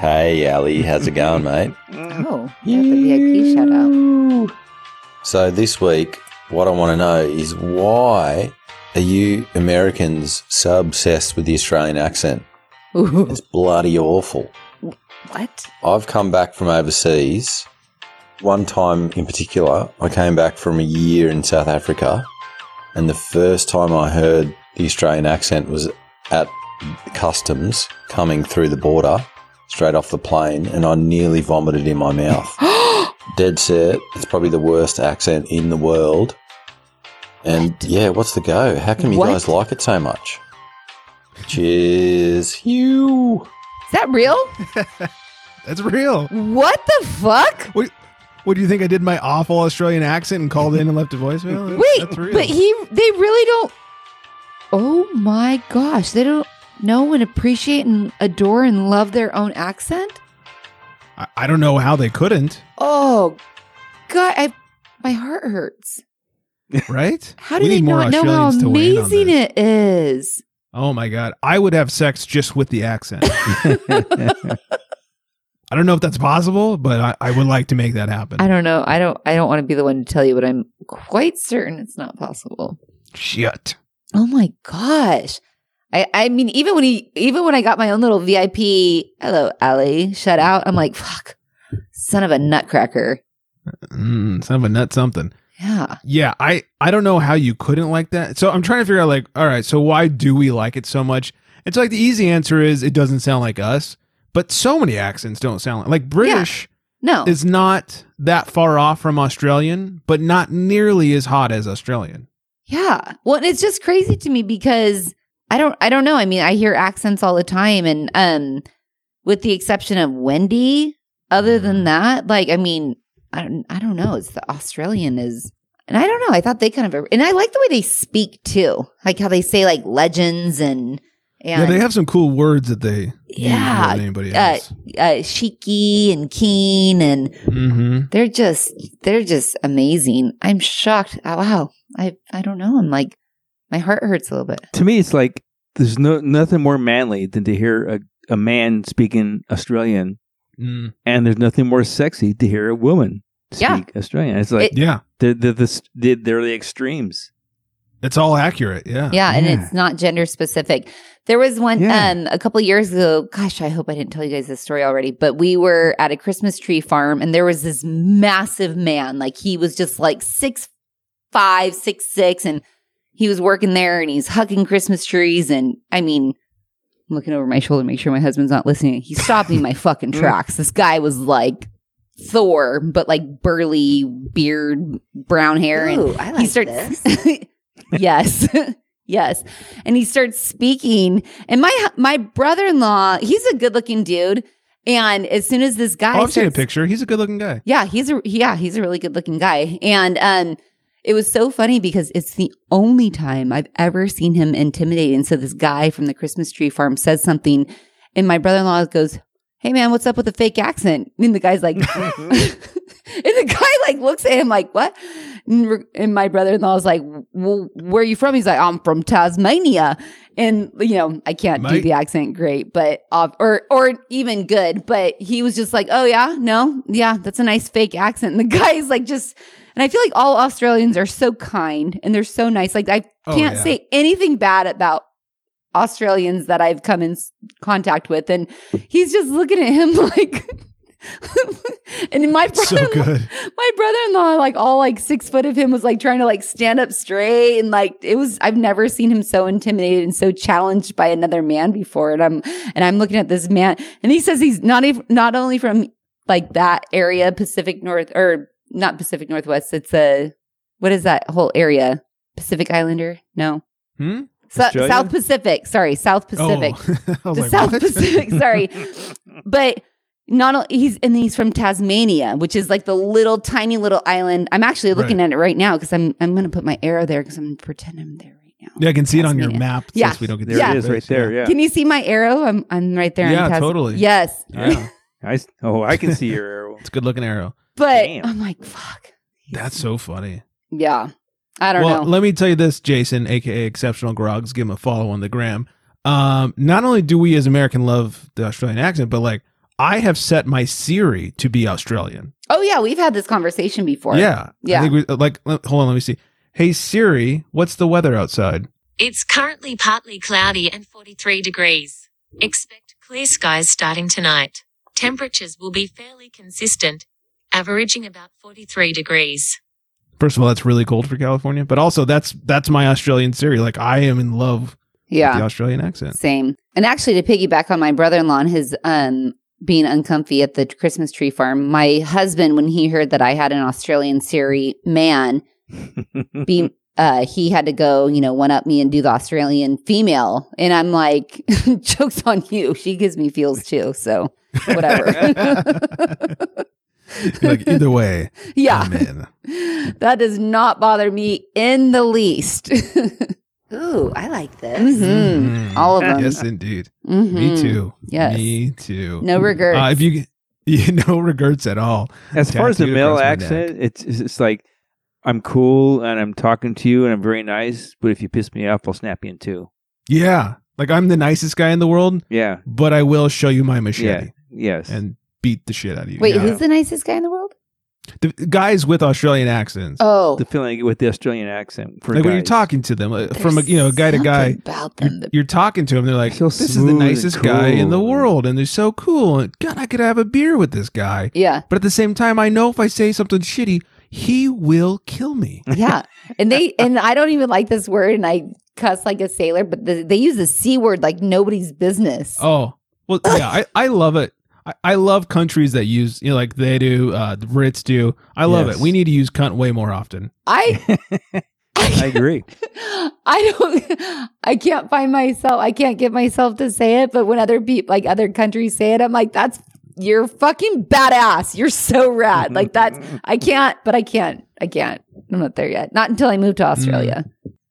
[SPEAKER 10] Hey Ali, how's it going, mate?
[SPEAKER 8] snap! Oh, yeah, the VIP shout out.
[SPEAKER 10] So this week, what I want to know is why are you Americans so obsessed with the Australian accent?
[SPEAKER 8] Ooh,
[SPEAKER 10] It's bloody awful.
[SPEAKER 8] what?
[SPEAKER 10] I've come back from overseas. One time in particular, I came back from a year in South Africa, and the first time I heard the Australian accent was at customs coming through the border straight off the plane, and I nearly vomited in my mouth. Dead set. It's probably the worst accent in the world. And yeah, what's the go? How come you
[SPEAKER 8] What?
[SPEAKER 10] guys like it so much? Cheers. You.
[SPEAKER 8] Is that real?
[SPEAKER 6] That's real.
[SPEAKER 8] What the fuck?
[SPEAKER 6] What do you think I did my awful Australian accent and called in and left a voicemail?
[SPEAKER 8] Wait,
[SPEAKER 6] That's real.
[SPEAKER 8] but he they really don't. Oh my gosh, they don't know and appreciate and adore and love their own accent.
[SPEAKER 6] I, I don't know how they couldn't,
[SPEAKER 8] Oh, God, I, my heart hurts.
[SPEAKER 6] right?
[SPEAKER 8] How do
[SPEAKER 6] We
[SPEAKER 8] they
[SPEAKER 6] need more
[SPEAKER 8] not know how
[SPEAKER 6] Australians to weigh in on
[SPEAKER 8] amazing
[SPEAKER 6] this.
[SPEAKER 8] it is?
[SPEAKER 6] Oh my god, I would have sex just with the accent. I don't know if that's possible, but I, I would like to make that happen.
[SPEAKER 8] I don't know. I don't. I don't want to be the one to tell you, but I'm quite certain it's not possible.
[SPEAKER 6] Shit.
[SPEAKER 8] Oh my gosh. I, I mean, even when he, even when I got my own little VIP, hello, Ali, shut out. I'm like, fuck, son of a nutcracker.
[SPEAKER 6] Mm, son of a nut something.
[SPEAKER 8] Yeah.
[SPEAKER 6] Yeah, I I don't know how you couldn't like that. So I'm trying to figure out like, all right, so why do we like it so much? It's like the easy answer is it doesn't sound like us, but so many accents don't sound like, like British
[SPEAKER 8] No.
[SPEAKER 6] is not that far off from Australian, but not nearly as hot as Australian.
[SPEAKER 8] Yeah. Well, and it's just crazy to me because I don't I don't know. I mean, I hear accents all the time and um with the exception of Wendy, other than
[SPEAKER 6] Mm.
[SPEAKER 8] that, like I mean, I don't I don't know. It's the Australian is and I don't know. I thought they kind of and I like the way they speak too. Like how they say like legends and and
[SPEAKER 6] Yeah, they have some cool words that they use more
[SPEAKER 8] Yeah,
[SPEAKER 6] than anybody
[SPEAKER 8] uh,
[SPEAKER 6] else.
[SPEAKER 8] uh Shiki and Keen and
[SPEAKER 6] mm-hmm.
[SPEAKER 8] they're just they're just amazing. I'm shocked. Oh, wow. I I don't know. I'm like my heart hurts a little bit.
[SPEAKER 7] To me, it's like there's no nothing more manly than to hear a, a man speaking Australian,
[SPEAKER 6] Mm.
[SPEAKER 7] and there's nothing more sexy to hear a woman speak
[SPEAKER 8] Yeah.
[SPEAKER 7] Australian. It's like
[SPEAKER 8] It-
[SPEAKER 6] Yeah,
[SPEAKER 7] they're, they're, the, s- they're they're the extremes.
[SPEAKER 6] it's all accurate. Yeah.
[SPEAKER 8] yeah, and
[SPEAKER 7] yeah.
[SPEAKER 8] it's not gender specific. There was one
[SPEAKER 7] Yeah.
[SPEAKER 8] um a couple years ago. Gosh, I hope I didn't tell you guys this story already. But we were at a Christmas tree farm, and there was this massive man. Like he was just like six five, six six, and he was working there, and he's hugging Christmas trees. And I mean, I'm looking over my shoulder to make sure my husband's not listening. He stopped me in my fucking
[SPEAKER 7] Mm.
[SPEAKER 8] tracks. This guy was like Thor, but like burly beard, brown hair, and
[SPEAKER 11] I
[SPEAKER 8] he starts yes yes and he starts speaking and my my brother-in-law he's a good-looking dude and as soon as this guy
[SPEAKER 6] Oh, I've seen a
[SPEAKER 8] starts-
[SPEAKER 6] picture. He's a good-looking guy.
[SPEAKER 8] yeah, he's a yeah, he's a really good looking guy. And um it was so funny because it's the only time I've ever seen him intimidated. And so this guy from the Christmas tree farm says something and my brother in law goes, Hey man, what's up with the fake accent? And the guy's like And the guy like looks at him like, What? And re- and my brother in law is like, Well, where are you from? He's like, I'm from Tasmania. And you know, I can't do
[SPEAKER 6] Mate.
[SPEAKER 8] the accent great, but off or or even good. But he was just like, "Oh yeah, no, yeah, that's a nice fake accent." And the guy's like, just and I feel like all Australians are so kind and they're so nice. Like I
[SPEAKER 6] Oh,
[SPEAKER 8] can't
[SPEAKER 6] yeah.
[SPEAKER 8] say anything bad about Australians that I've come in s- contact with, and he's just looking at him like. and my
[SPEAKER 6] So
[SPEAKER 8] brother,
[SPEAKER 6] good.
[SPEAKER 8] my brother-in-law, like all like six foot of him, was like trying to like stand up straight, and like it was. I've never seen him so intimidated and so challenged by another man before. And I'm and I'm looking at this man, and he says he's not even not only from like that area, Pacific North or not Pacific Northwest. It's a what is that whole area? Pacific Islander? No.
[SPEAKER 6] Hmm?
[SPEAKER 8] So-
[SPEAKER 7] Australia?
[SPEAKER 8] South Pacific. Sorry, South Pacific.
[SPEAKER 6] Oh. I was
[SPEAKER 8] The
[SPEAKER 6] like,
[SPEAKER 8] South
[SPEAKER 6] what?
[SPEAKER 8] Pacific. Sorry, but not o- he's and he's from Tasmania, which is like the little tiny little island. I'm actually looking at it right now because I'm I'm gonna put my arrow there because I'm pretend I'm there right now.
[SPEAKER 6] Yeah, I can see it on your
[SPEAKER 8] Tasmania.
[SPEAKER 6] map. since
[SPEAKER 8] Yeah.
[SPEAKER 6] we don't get to
[SPEAKER 7] There
[SPEAKER 8] Yeah.
[SPEAKER 6] see
[SPEAKER 7] it is, right
[SPEAKER 6] face.
[SPEAKER 7] there. Yeah,
[SPEAKER 8] Can you see my arrow? I'm I'm right there.
[SPEAKER 6] Yeah,
[SPEAKER 8] on Tas-
[SPEAKER 6] totally.
[SPEAKER 8] Yes,
[SPEAKER 6] Yeah.
[SPEAKER 7] I s oh, I can see your arrow.
[SPEAKER 6] It's a good-looking arrow.
[SPEAKER 8] but
[SPEAKER 7] Damn.
[SPEAKER 8] I'm like fuck.
[SPEAKER 6] That's so funny.
[SPEAKER 8] Yeah, I don't
[SPEAKER 6] well,
[SPEAKER 8] know.
[SPEAKER 6] let me tell you this, Jason, aka Exceptional Grogs, give him a follow on the gram. Um, not only do we as American love the Australian accent, but like I have set my Siri to be Australian.
[SPEAKER 8] oh yeah, we've had this conversation before.
[SPEAKER 6] Yeah,
[SPEAKER 8] Yeah.
[SPEAKER 6] I think we, uh, like, let- hold on, let me see. Hey Siri, what's the weather outside?
[SPEAKER 11] It's currently partly cloudy and 43 degrees. Expect clear skies starting tonight. Temperatures will be fairly consistent, averaging about 43 degrees.
[SPEAKER 6] First of all, that's really cold for California, but also that's that's my Australian Siri. Like I am in love
[SPEAKER 8] yeah.
[SPEAKER 6] with the Australian accent.
[SPEAKER 8] Same. And actually, to piggyback on my brother in law and his um, being uncomfy at the Christmas tree farm, my husband, when he heard that I had an Australian Siri man, be, uh, he had to go, you know, one up me and do the Australian female. And I'm like, joke's on you. She gives me feels too. So whatever.
[SPEAKER 6] like either way,
[SPEAKER 8] yeah.
[SPEAKER 6] I'm in.
[SPEAKER 8] That does not bother me in the least.
[SPEAKER 11] Ooh, I like this.
[SPEAKER 8] Mhm. All of them.
[SPEAKER 6] Mm-hmm. Yes, indeed. Me
[SPEAKER 8] Mhm.
[SPEAKER 6] too.
[SPEAKER 8] Yes.
[SPEAKER 6] Me too.
[SPEAKER 8] No regrets.
[SPEAKER 6] Uh, if you, you no regrets at all.
[SPEAKER 7] As far as the
[SPEAKER 6] Tattooed
[SPEAKER 7] male
[SPEAKER 6] across my
[SPEAKER 7] accent, it's it's it's like I'm cool and I'm talking to you and I'm very nice, but if you piss me off, I'll snap you in two.
[SPEAKER 6] Yeah, like I'm the nicest guy in the world,
[SPEAKER 7] Yeah,
[SPEAKER 6] but I will show you my machete
[SPEAKER 7] yes.
[SPEAKER 6] and beat the shit out of you.
[SPEAKER 8] Wait,
[SPEAKER 6] Yeah.
[SPEAKER 8] who's the nicest guy in the world?
[SPEAKER 6] the guys with Australian accents?
[SPEAKER 8] Oh,
[SPEAKER 7] the feeling I get with the Australian accent. For
[SPEAKER 6] like when you're
[SPEAKER 7] guys.
[SPEAKER 6] talking to them uh, from a,
[SPEAKER 8] There's
[SPEAKER 6] you know guy to guy,
[SPEAKER 8] something about
[SPEAKER 6] you're,
[SPEAKER 8] them that-
[SPEAKER 6] you're talking to them. They're like,
[SPEAKER 7] So
[SPEAKER 6] "This is
[SPEAKER 7] smooth
[SPEAKER 6] the
[SPEAKER 7] and
[SPEAKER 6] nicest guy in the
[SPEAKER 7] cool.
[SPEAKER 6] world, and they're so cool. And God, I could have a beer with this guy."
[SPEAKER 8] yeah,
[SPEAKER 6] But at the same time, I know if I say something shitty, he will kill me.
[SPEAKER 8] yeah, and they and I don't even like this word, and I cuss like a sailor, but the, they use the c word like nobody's business.
[SPEAKER 6] Oh well, yeah, I, I love it. I, I love countries that use you know like they do, uh, the Brits do. I love
[SPEAKER 7] Yes.
[SPEAKER 6] it. We need to use cunt way more often.
[SPEAKER 8] I, I
[SPEAKER 7] I agree.
[SPEAKER 8] I don't. I can't find myself. I can't get myself to say it. But when other people, like other countries, say it, I'm like, "That's you're fucking badass. You're so rad." Like that's. I can't. But I can't. I can't. I'm not there yet. Not until I move to Australia.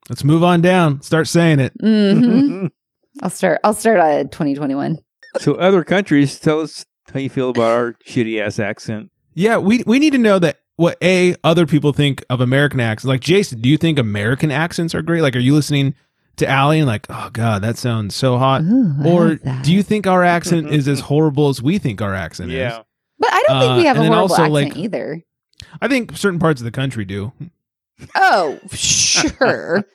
[SPEAKER 6] Let's move on down. Start saying it.
[SPEAKER 8] hmm I'll start. I'll start uh, 2021.
[SPEAKER 7] So other countries, tell us how you feel about our shitty ass accent.
[SPEAKER 6] Yeah, we we need to know that what a other people think of American accents. Like Jason, do you think American accents are great? Like, are you listening to Allie and like, oh god, that sounds so hot?
[SPEAKER 8] I
[SPEAKER 6] or
[SPEAKER 8] like that.
[SPEAKER 6] do you think our accent is as horrible as we think our accent is?
[SPEAKER 8] But I don't think we
[SPEAKER 6] Uh,
[SPEAKER 8] have a
[SPEAKER 6] and then
[SPEAKER 8] horrible
[SPEAKER 6] also,
[SPEAKER 8] accent
[SPEAKER 6] like-
[SPEAKER 8] either.
[SPEAKER 6] I think certain parts of the country do.
[SPEAKER 8] Oh, sure.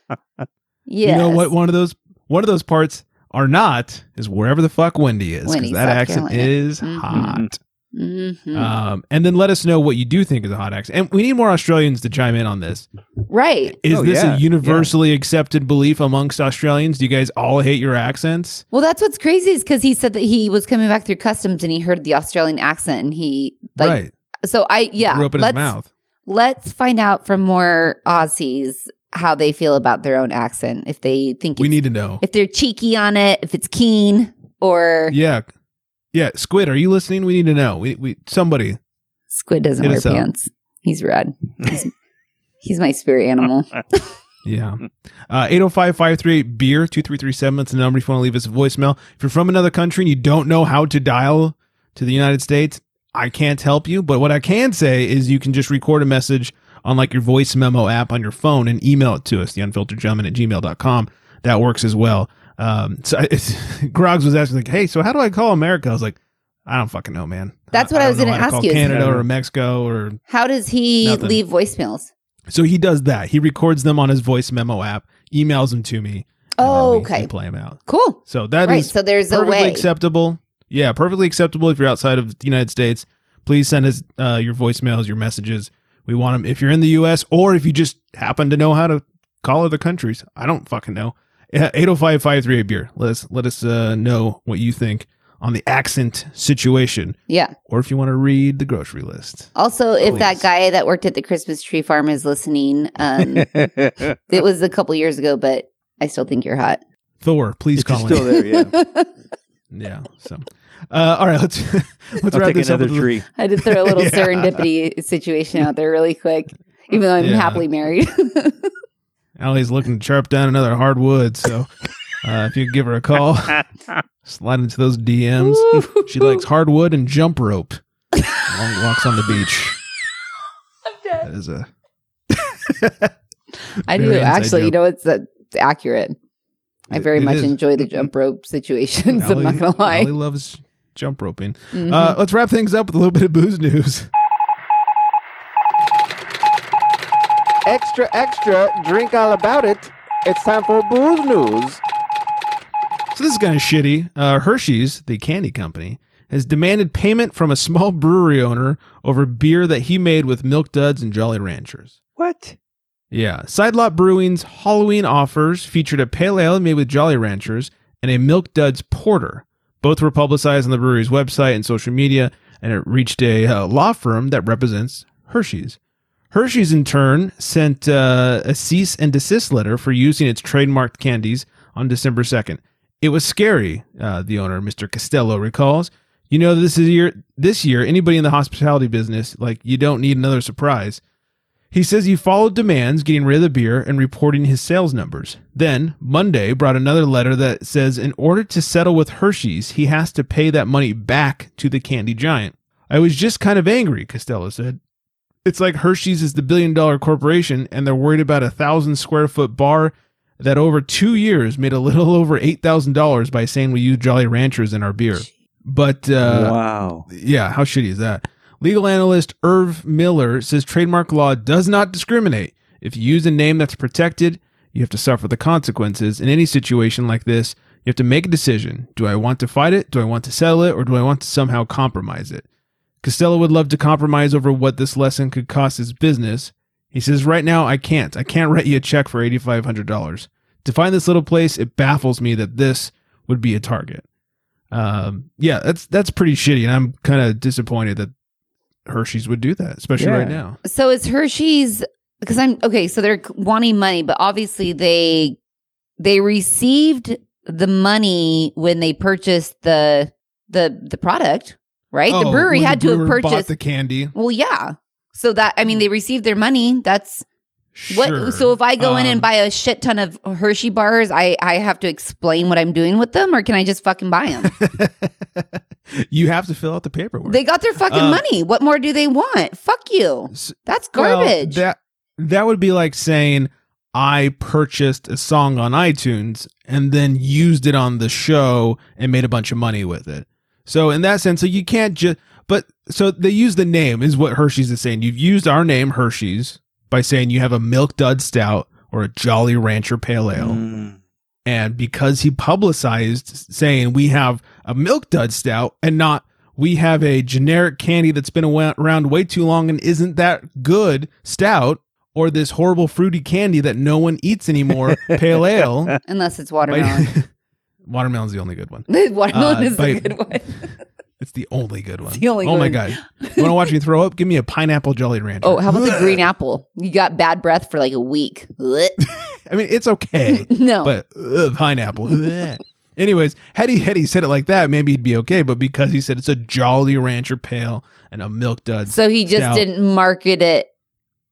[SPEAKER 6] You
[SPEAKER 8] yeah.
[SPEAKER 6] know what? One of those one of those parts are not is wherever the fuck Wendy is because
[SPEAKER 8] Wendy,
[SPEAKER 6] that
[SPEAKER 8] South
[SPEAKER 6] accent
[SPEAKER 8] Carolina.
[SPEAKER 6] is
[SPEAKER 8] Mhm.
[SPEAKER 6] hot.
[SPEAKER 8] Mhm.
[SPEAKER 6] Um, and then let us know what you do think is a hot accent. And we need more Australians to chime in on this.
[SPEAKER 8] right.
[SPEAKER 6] Is
[SPEAKER 7] Oh,
[SPEAKER 6] this
[SPEAKER 7] yeah, yeah.
[SPEAKER 6] a universally accepted belief amongst Australians? Do you guys all hate your accents?
[SPEAKER 8] Well, that's what's crazy is because he said that he was coming back through customs and he heard the Australian accent and he like.
[SPEAKER 6] right.
[SPEAKER 8] So I yeah.
[SPEAKER 6] Grew up in his
[SPEAKER 8] let's
[SPEAKER 6] mouth.
[SPEAKER 8] let's find out from more Aussies how they feel about their own accent if they think
[SPEAKER 6] We
[SPEAKER 8] it's-
[SPEAKER 6] need to know.
[SPEAKER 8] if they're cheeky on it if it's keen or
[SPEAKER 6] Yeah. Yeah. Squid, are you listening? We need to know. We, we somebody.
[SPEAKER 8] Squid doesn't
[SPEAKER 6] Hit
[SPEAKER 8] wear
[SPEAKER 6] us up.
[SPEAKER 8] pants. He's rad. He's, he's my spirit animal.
[SPEAKER 6] Yeah. Uh 805-538 beer 2337. That's the number if you want to leave us a voicemail. If you're from another country and you don't know how to dial to the United States, I can't help you. But what I can say is you can just record a message on like your voice memo app on your phone and email it to us, the unfilteredgentleman at gmail.com. That works as well. Um so I, it's, Groggs was asking like, hey, so how do I call America? I was like, I don't fucking know, man.
[SPEAKER 8] That's what I
[SPEAKER 6] don't
[SPEAKER 8] was
[SPEAKER 6] know
[SPEAKER 8] gonna
[SPEAKER 6] how to
[SPEAKER 8] ask
[SPEAKER 6] call
[SPEAKER 8] you.
[SPEAKER 6] Canada or Mexico or
[SPEAKER 8] How does he
[SPEAKER 6] Nothing.
[SPEAKER 8] leave voicemails?
[SPEAKER 6] so he does that. He records them on his voice memo app, emails them to me. and then
[SPEAKER 8] Oh,
[SPEAKER 6] we-
[SPEAKER 8] okay.
[SPEAKER 6] We play them out.
[SPEAKER 8] Cool.
[SPEAKER 6] So that is
[SPEAKER 8] right. So there's a
[SPEAKER 6] perfectly
[SPEAKER 8] way.
[SPEAKER 6] acceptable. Yeah, perfectly acceptable if you're outside of the United States. Please send us uh, your voicemails, your messages. We want them if you're in the U.S. or if you just happen to know how to call other countries. I don't fucking know. Eh, 805 538 beer. Let us let us uh, know what you think on the accent situation,
[SPEAKER 8] yeah.
[SPEAKER 6] or if you want to read the grocery list.
[SPEAKER 8] Also, if that
[SPEAKER 6] Please.
[SPEAKER 8] guy that worked at the Christmas tree farm is listening, um, it was a couple years ago, but I still think you're hot.
[SPEAKER 6] Thor, please
[SPEAKER 7] If you're
[SPEAKER 6] call
[SPEAKER 7] still
[SPEAKER 6] in.
[SPEAKER 7] there, yeah.
[SPEAKER 6] Yeah. So, uh, all right, let's let's
[SPEAKER 7] I'll
[SPEAKER 6] wrap
[SPEAKER 7] take
[SPEAKER 6] this
[SPEAKER 7] another
[SPEAKER 6] up. with a-
[SPEAKER 7] tree.
[SPEAKER 8] I did throw a little
[SPEAKER 6] Yeah.
[SPEAKER 8] serendipity situation out there really quick, even though I'm
[SPEAKER 6] Yeah.
[SPEAKER 8] happily married.
[SPEAKER 6] Allie's looking to chirp down another hard wood. So, uh, if you could give her a call, slide into those DMs. She likes hardwood and jump rope. Long walks on the beach. That is a
[SPEAKER 8] I
[SPEAKER 6] Very
[SPEAKER 8] do
[SPEAKER 6] inside
[SPEAKER 8] actually. You
[SPEAKER 6] joke.
[SPEAKER 8] know, it's uh, accurate. I
[SPEAKER 6] It-
[SPEAKER 8] very
[SPEAKER 6] it
[SPEAKER 8] much
[SPEAKER 6] is.
[SPEAKER 8] enjoy the jump rope situations. I'm not gonna lie.
[SPEAKER 6] Allie loves jump roping.
[SPEAKER 8] Mhm.
[SPEAKER 6] Uh, let's wrap things up with a little bit of booze news.
[SPEAKER 4] Extra, extra, drink all about it. It's time for booze news.
[SPEAKER 6] So this is kind of shitty. Uh, Hershey's, the candy company, has demanded payment from a small brewery owner over beer that he made with Milk Duds and Jolly Ranchers.
[SPEAKER 7] What?
[SPEAKER 6] Yeah, Sidelot Brewing's Halloween offers featured a pale ale made with Jolly Ranchers and a Milk Duds porter. Both were publicized on the brewery's website and social media, and it reached a uh, law firm that represents Hershey's. Hershey's, in turn, sent uh, a cease and desist letter for using its trademarked candies on December 2nd. It was scary, uh, the owner, Mr. Costello, recalls. You know, this is year this year, anybody in the hospitality business, like you don't need another surprise. He says he followed demands, getting rid of the beer and reporting his sales numbers. Then, Monday brought another letter that says in order to settle with Hershey's, he has to pay that money back to the candy giant. I was just kind of angry, Costello said. It's like Hershey's is the billion dollar corporation and they're worried about a thousand square foot bar that over two years made a little over $8,000 by saying we use Jolly Ranchers in our beer. But, uh,
[SPEAKER 7] wow.
[SPEAKER 6] yeah, how shitty is that? Legal analyst Irv Miller says trademark law does not discriminate. If you use a name that's protected, you have to suffer the consequences. In any situation like this, you have to make a decision. Do I want to fight it? Do I want to settle it? Or do I want to somehow compromise it? Costello would love to compromise over what this lesson could cost his business. He says, Right now, I can't. I can't write you a check for $8,500. To find this little place, it baffles me that this would be a target um yeah that's that's pretty shitty and i'm kind of disappointed that hershey's would do that especially
[SPEAKER 7] Yeah.
[SPEAKER 6] right now
[SPEAKER 8] So is Hershey's because I'm okay, so they're wanting money, but obviously they they received the money when they purchased the the the product, right? the
[SPEAKER 6] Oh,
[SPEAKER 8] brewery
[SPEAKER 6] when
[SPEAKER 8] had to have
[SPEAKER 6] brewer bought
[SPEAKER 8] purchased
[SPEAKER 6] the candy.
[SPEAKER 8] Well, yeah. So that I mean, they received their money. That's
[SPEAKER 6] Sure.
[SPEAKER 8] what. So if I go in
[SPEAKER 6] Um,
[SPEAKER 8] and buy a shit ton of Hershey bars, I I have to explain what I'm doing with them, or can I just fucking buy them?
[SPEAKER 6] You have to fill out the paperwork.
[SPEAKER 8] they got their fucking
[SPEAKER 6] Um,
[SPEAKER 8] money. What more do they want? Fuck you. That's
[SPEAKER 6] Well,
[SPEAKER 8] garbage.
[SPEAKER 6] that that would be like saying I purchased a song on iTunes and then used it on the show and made a bunch of money with it. So in that sense, so you can't just but so they use the name is what Hershey's is saying. You've used our name Hershey's by saying you have a Milk Dud Stout or a Jolly Rancher Pale Ale.
[SPEAKER 7] Mm.
[SPEAKER 6] And because he publicized saying we have a milk dud stout and not we have a generic candy that's been awa- around way too long and isn't that good stout or this horrible fruity candy that no one eats anymore pale ale
[SPEAKER 8] Unless it's watermelon.
[SPEAKER 6] watermelon's the only good one
[SPEAKER 8] watermelon
[SPEAKER 6] Uh,
[SPEAKER 8] is
[SPEAKER 6] by-
[SPEAKER 8] the good one.
[SPEAKER 6] it's the only good one
[SPEAKER 8] the only
[SPEAKER 6] oh my
[SPEAKER 8] good
[SPEAKER 6] god want to watch me throw up give me a pineapple jolly rancher
[SPEAKER 8] Oh, how about the green apple? You got bad breath for like a week. Blech.
[SPEAKER 6] I mean, it's okay.
[SPEAKER 8] No.
[SPEAKER 6] But ugh, pineapple. Bleh. Anyways, had he, had he said it like that, maybe he'd be okay. But because he said it's a Jolly Rancher Pale and a Milk Dud.
[SPEAKER 8] so he just
[SPEAKER 6] Stout,
[SPEAKER 8] didn't market it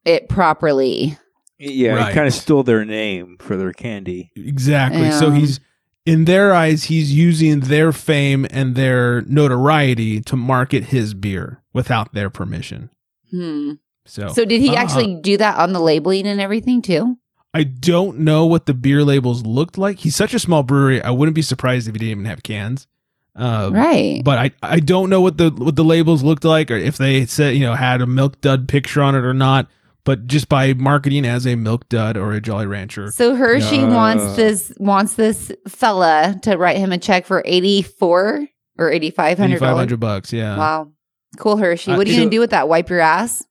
[SPEAKER 8] it properly.
[SPEAKER 7] Yeah,
[SPEAKER 6] Right.
[SPEAKER 7] it kind of stole their name for their candy.
[SPEAKER 6] Exactly. So
[SPEAKER 8] Yeah.
[SPEAKER 6] he's, in their eyes, he's using their fame and their notoriety to market his beer without their permission.
[SPEAKER 8] Hmm.
[SPEAKER 6] So,
[SPEAKER 8] So did he
[SPEAKER 6] uh,
[SPEAKER 8] actually do that on the labeling and everything too?
[SPEAKER 6] I don't know what the beer labels looked like. He's such a small brewery. I wouldn't be surprised if he didn't even have cans. Uh,
[SPEAKER 8] Right.
[SPEAKER 6] But I, I don't know what the what the labels looked like or if they said you know had a milk dud picture on it or not. But just by marketing as a milk dud or a Jolly Rancher,
[SPEAKER 8] So Hershey
[SPEAKER 6] Yeah.
[SPEAKER 8] wants this wants this fella to write him a check for eighty four or eighty five hundred
[SPEAKER 6] five
[SPEAKER 8] dollars.
[SPEAKER 6] hundred bucks. Yeah,
[SPEAKER 8] Wow, cool Hershey.
[SPEAKER 6] Uh,
[SPEAKER 8] What are you
[SPEAKER 6] so-
[SPEAKER 8] gonna do with that? Wipe your ass,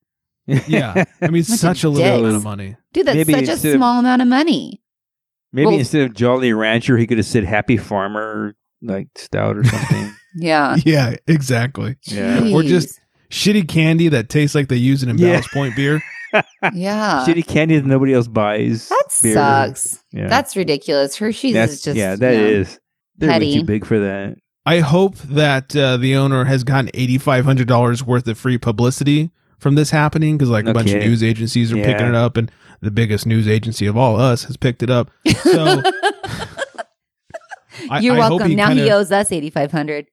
[SPEAKER 6] yeah. I mean, such a
[SPEAKER 8] dicks.
[SPEAKER 6] little bit of money.
[SPEAKER 8] dude. That's
[SPEAKER 7] Maybe
[SPEAKER 8] such a
[SPEAKER 7] instead of-
[SPEAKER 8] small amount of money.
[SPEAKER 7] Maybe
[SPEAKER 8] Well-
[SPEAKER 7] instead of Jolly Rancher, he could have said Happy Farmer, like stout or something.
[SPEAKER 8] Yeah.
[SPEAKER 6] Yeah, exactly.
[SPEAKER 7] yeah.
[SPEAKER 6] Or just shitty candy that tastes like they use in a
[SPEAKER 7] Yeah.
[SPEAKER 6] Ballast Point beer.
[SPEAKER 8] Jeez. yeah.
[SPEAKER 7] Shitty candy that nobody else buys.
[SPEAKER 8] Uh, That
[SPEAKER 7] beer.
[SPEAKER 8] sucks.
[SPEAKER 7] Yeah.
[SPEAKER 8] That's ridiculous. Hershey's is just
[SPEAKER 7] yeah, that
[SPEAKER 8] yeah.
[SPEAKER 7] is. They're way
[SPEAKER 8] petty.
[SPEAKER 7] too big for that.
[SPEAKER 6] I hope that uh, the owner has gotten eighty five hundred dollars worth of free publicity from this happening because like a bunch of
[SPEAKER 7] Okay.
[SPEAKER 6] news agencies are picking
[SPEAKER 7] Yeah.
[SPEAKER 6] it up, and the biggest news agency of all us has picked it up. So I-
[SPEAKER 8] You're
[SPEAKER 6] I hope
[SPEAKER 8] welcome. now he
[SPEAKER 6] kinda-
[SPEAKER 8] owes us eighty five hundred.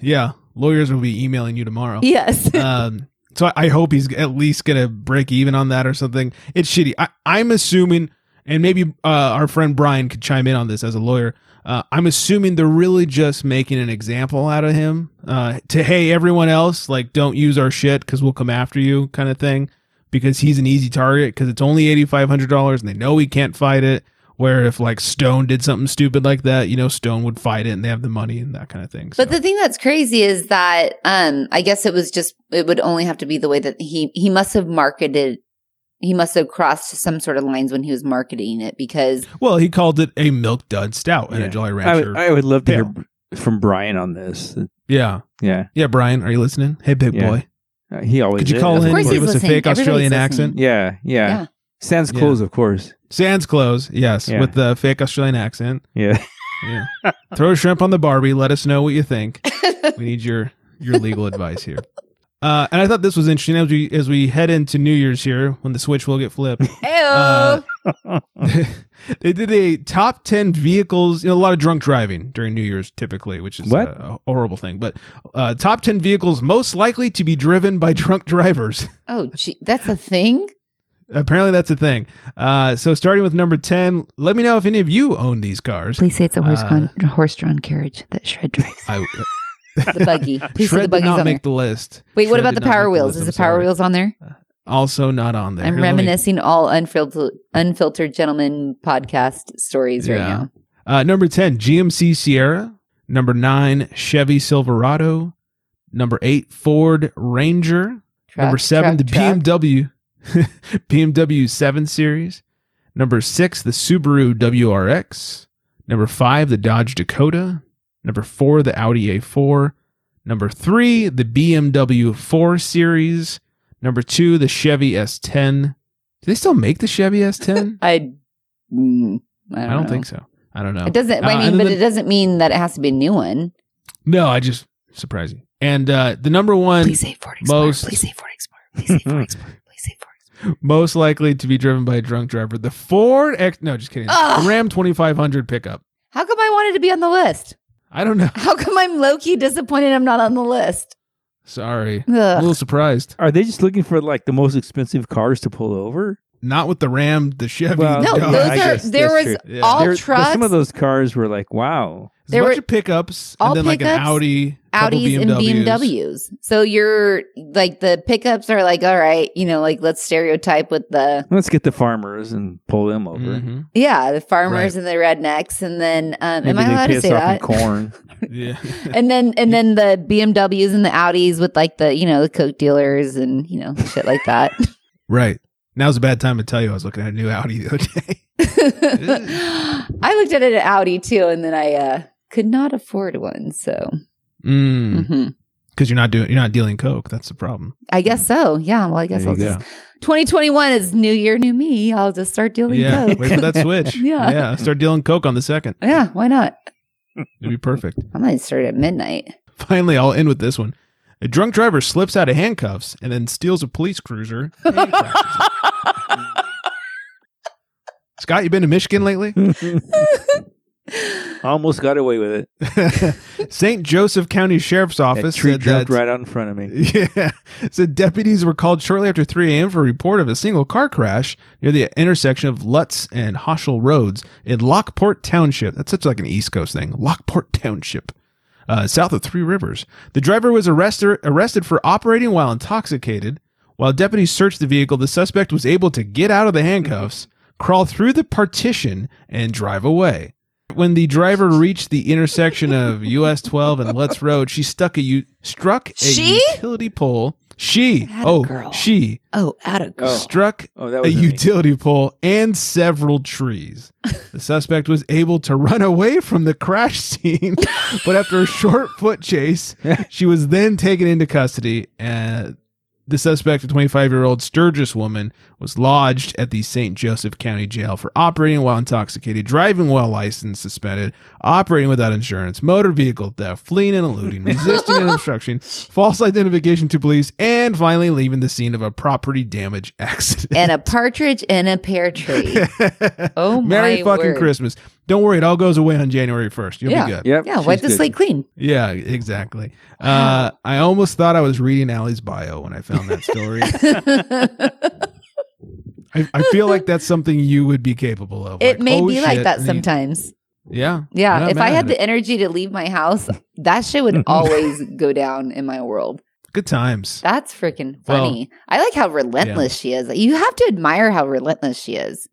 [SPEAKER 6] Yeah, lawyers will be emailing you tomorrow.
[SPEAKER 8] Yes.
[SPEAKER 6] um, so I, I hope he's at least gonna break even on that or something. It's shitty. I, I'm assuming, and maybe uh, our friend Brian could chime in on this as a lawyer. Uh, I'm assuming they're really just making an example out of him uh, to hey everyone else like don't use our shit because we'll come after you kind of thing because he's an easy target because it's only eighty five hundred dollars and they know he can't fight it. Where if like Stone did something stupid like that, you know Stone would fight it and they have the money and that kind of thing.
[SPEAKER 8] But the thing that's crazy is that um I guess it was just it would only have to be the way that he he must have marketed he must have crossed some sort of lines when he was marketing it because
[SPEAKER 6] Well, he called it a milk dud stout and
[SPEAKER 7] Yeah.
[SPEAKER 6] a Jolly
[SPEAKER 7] I
[SPEAKER 6] Rancher.
[SPEAKER 7] would, I would love to
[SPEAKER 6] Yeah.
[SPEAKER 7] hear b- from Brian on this.
[SPEAKER 6] yeah,
[SPEAKER 7] Yeah,
[SPEAKER 6] yeah. Brian, are you listening? Hey, big
[SPEAKER 7] Yeah.
[SPEAKER 6] boy,
[SPEAKER 7] Uh, he always.
[SPEAKER 6] could you
[SPEAKER 7] is.
[SPEAKER 6] call
[SPEAKER 7] Of
[SPEAKER 6] in?
[SPEAKER 7] course
[SPEAKER 6] and
[SPEAKER 8] he's
[SPEAKER 6] Give us a
[SPEAKER 8] listening.
[SPEAKER 6] fake Australian
[SPEAKER 8] Everybody's
[SPEAKER 6] accent.
[SPEAKER 8] listening.
[SPEAKER 7] Yeah, yeah.
[SPEAKER 8] Yeah.
[SPEAKER 7] Sounds
[SPEAKER 6] Yeah.
[SPEAKER 7] close, of course.
[SPEAKER 6] Sans clothes, yes,
[SPEAKER 7] Yeah.
[SPEAKER 6] with the fake Australian accent.
[SPEAKER 7] Yeah.
[SPEAKER 6] Yeah. Throw shrimp on the Barbie. Let us know what you think. we need your your legal advice here. Uh, and I thought this was interesting as we as we head into New Year's here when the switch will get flipped. Uh,
[SPEAKER 8] Ew. Oh,
[SPEAKER 6] they did a top 10 vehicles you know a lot of drunk driving during new year's typically which is
[SPEAKER 7] What?
[SPEAKER 6] A, a horrible thing but uh, top 10 vehicles most likely to be driven by drunk drivers
[SPEAKER 8] oh gee, that's a thing?
[SPEAKER 6] apparently that's a thing uh, so starting with number 10 let me know if any of you own these cars
[SPEAKER 8] Please say it's a horse
[SPEAKER 6] Uh,
[SPEAKER 8] drawn horse drawn carriage that Shred drives.
[SPEAKER 6] I,
[SPEAKER 8] the buggy. Please say the
[SPEAKER 6] Shred did
[SPEAKER 8] buggy's
[SPEAKER 6] not
[SPEAKER 8] on
[SPEAKER 6] make
[SPEAKER 8] there.
[SPEAKER 6] the list
[SPEAKER 8] Wait, what
[SPEAKER 6] Shred
[SPEAKER 8] about
[SPEAKER 6] did
[SPEAKER 8] the
[SPEAKER 6] not make
[SPEAKER 8] power wheels?
[SPEAKER 6] list,
[SPEAKER 8] Is
[SPEAKER 6] I'm
[SPEAKER 8] the power
[SPEAKER 6] sorry.
[SPEAKER 8] wheels on there?
[SPEAKER 6] also not on there
[SPEAKER 8] I'm
[SPEAKER 6] Here, let me-
[SPEAKER 8] reminiscing all unfiltered unfiltered gentlemen podcast stories right
[SPEAKER 6] Yeah.
[SPEAKER 8] now.
[SPEAKER 6] Uh, number 10, GMC Sierra. Number 9, Chevy Silverado. Number 8, Ford Ranger.
[SPEAKER 8] Truck,
[SPEAKER 6] number 7,
[SPEAKER 8] truck,
[SPEAKER 6] the
[SPEAKER 8] truck.
[SPEAKER 6] BMW BMW 7 Series. Number 6, the Subaru WRX. Number 5, the Dodge Dakota. Number 4, the Audi A4. Number 3, the BMW 4 Series. Number 2, the Chevy S10. Do they still make the Chevy S10?
[SPEAKER 8] I, mm, I don't,
[SPEAKER 6] I don't
[SPEAKER 8] know.
[SPEAKER 6] think so. I don't know.
[SPEAKER 8] It doesn't.
[SPEAKER 6] Uh,
[SPEAKER 8] I mean,
[SPEAKER 6] and
[SPEAKER 8] but
[SPEAKER 6] then
[SPEAKER 8] it doesn't mean that it has to be a new one.
[SPEAKER 6] the- no, I just surprising. And uh, the number one
[SPEAKER 8] Please say Ford Explorer.
[SPEAKER 6] most
[SPEAKER 8] Please say Ford Explorer. Please say Ford Explorer.
[SPEAKER 6] most likely to be driven by a drunk driver, the Ford. X, no, just kidding.
[SPEAKER 8] Ugh.
[SPEAKER 6] The Ram 2500 pickup.
[SPEAKER 8] How come I wanted to be on the list?
[SPEAKER 6] I don't know.
[SPEAKER 8] How come I'm low key disappointed I'm not on the list?
[SPEAKER 6] Sorry,
[SPEAKER 8] Ugh.
[SPEAKER 6] a little surprised.
[SPEAKER 7] Are they just looking for like the most expensive cars to pull over?
[SPEAKER 6] Not with the Ram, the Chevy.
[SPEAKER 7] Well,
[SPEAKER 8] No,
[SPEAKER 7] yeah,
[SPEAKER 8] those
[SPEAKER 7] I
[SPEAKER 8] are-
[SPEAKER 7] guess
[SPEAKER 8] there
[SPEAKER 7] that's
[SPEAKER 8] was
[SPEAKER 7] true.
[SPEAKER 6] Yeah.
[SPEAKER 8] all
[SPEAKER 7] There- but
[SPEAKER 8] trucks,
[SPEAKER 7] Some of those cars were like, wow.
[SPEAKER 6] There's
[SPEAKER 8] there
[SPEAKER 6] a bunch
[SPEAKER 8] were-
[SPEAKER 6] of pickups
[SPEAKER 8] all
[SPEAKER 6] and then like an
[SPEAKER 8] pickups,
[SPEAKER 6] Audi, couple
[SPEAKER 8] Audis and BMWs. So you're like the pickups are like, all right, you know, like let's stereotype with the
[SPEAKER 7] Let's get the farmers and pull them over.
[SPEAKER 6] Mhm.
[SPEAKER 8] yeah, the farmers
[SPEAKER 6] Right.
[SPEAKER 8] and the rednecks, and then um,
[SPEAKER 7] Maybe
[SPEAKER 8] am I
[SPEAKER 7] they
[SPEAKER 8] allowed to
[SPEAKER 7] piss
[SPEAKER 8] say
[SPEAKER 7] off in
[SPEAKER 8] that?
[SPEAKER 7] corn.
[SPEAKER 6] Mm-hmm. Yeah.
[SPEAKER 8] and then and then the BMWs and the Audis with like the you know the coke dealers and you know shit like that.
[SPEAKER 6] right. Now's a bad time to tell you I was looking at a new Audi the other day.
[SPEAKER 8] I looked at it at Audi too, and then I uh, could not afford one. So
[SPEAKER 7] Hmm.
[SPEAKER 6] Mm.
[SPEAKER 8] mhm.
[SPEAKER 6] Because you're not doing, you're not dealing coke. That's the problem.
[SPEAKER 8] I guess so. Yeah. Well, I guess
[SPEAKER 7] There
[SPEAKER 8] I'll
[SPEAKER 7] you
[SPEAKER 8] just. 2021 is New Year, New Me. I'll just start dealing
[SPEAKER 6] Yeah,
[SPEAKER 8] coke.
[SPEAKER 6] wait for that switch.
[SPEAKER 8] Yeah.
[SPEAKER 6] yeah. Start dealing coke on the second.
[SPEAKER 8] Yeah, why not?
[SPEAKER 6] It'd be perfect.
[SPEAKER 8] I might start at midnight.
[SPEAKER 6] Finally, I'll end with this one. A drunk driver slips out of handcuffs and then steals a police cruiser. Scott, you been to Michigan lately?
[SPEAKER 7] Hmm? Almost got away with it.
[SPEAKER 6] St. Joseph County Sheriff's
[SPEAKER 7] That
[SPEAKER 6] Office
[SPEAKER 7] tree
[SPEAKER 6] said
[SPEAKER 7] jumped
[SPEAKER 6] that
[SPEAKER 7] right out in front of me.
[SPEAKER 6] Yeah. So deputies were called shortly after 3 a.m. for a report of a single car crash near the intersection of Lutz and Hoshel Roads in Lockport Township. That's such like an East Coast thing. Lockport Township, uh, south of Three Rivers. The driver was arrested, arrested for operating while intoxicated. While deputies searched the vehicle, the suspect was able to get out of the handcuffs, crawl through the partition, and drive away. When the driver reached the intersection of US 12 and Lutz Road, she stuck a u- struck a
[SPEAKER 8] She?
[SPEAKER 6] utility pole. She,
[SPEAKER 8] Atta
[SPEAKER 6] oh,
[SPEAKER 8] girl.
[SPEAKER 6] she
[SPEAKER 8] Oh, out of
[SPEAKER 7] Oh.
[SPEAKER 6] struck
[SPEAKER 7] Oh, that
[SPEAKER 6] a
[SPEAKER 7] was me.
[SPEAKER 6] utility pole and several trees. The suspect was able to run away from the crash scene, but after a short foot chase, she was then taken into custody. Uh, the suspect, a 25 year old Sturgis woman, was lodged at the St. Joseph County Jail for operating while intoxicated, driving while license suspended, operating without insurance, motor vehicle theft, fleeing and eluding, resisting and obstruction, false identification to police, and finally leaving the scene of a property damage accident.
[SPEAKER 8] And a partridge in a pear tree. Oh my
[SPEAKER 6] Merry fucking
[SPEAKER 8] word.
[SPEAKER 6] Christmas. Don't worry, it all goes away on January 1st. You'll
[SPEAKER 8] Yeah.
[SPEAKER 6] be good.
[SPEAKER 7] Yep.
[SPEAKER 8] Yeah,
[SPEAKER 7] she's
[SPEAKER 8] wipe the
[SPEAKER 7] good.
[SPEAKER 8] slate clean.
[SPEAKER 6] Yeah, exactly. Uh, I almost thought I was reading Allie's bio when I found that story. I, I feel like that's something you would be capable of.
[SPEAKER 8] It may
[SPEAKER 6] oh,
[SPEAKER 8] be like
[SPEAKER 6] shit.
[SPEAKER 8] that
[SPEAKER 6] And you-
[SPEAKER 8] sometimes.
[SPEAKER 6] yeah. I'm
[SPEAKER 8] Yeah,
[SPEAKER 6] not
[SPEAKER 8] if
[SPEAKER 6] mad
[SPEAKER 8] I had
[SPEAKER 6] at it.
[SPEAKER 8] the energy to leave my house, that shit would always go down in my world.
[SPEAKER 6] good times.
[SPEAKER 8] That's freaking
[SPEAKER 6] Well,
[SPEAKER 8] funny. I like how relentless she is. You have to admire how relentless she is.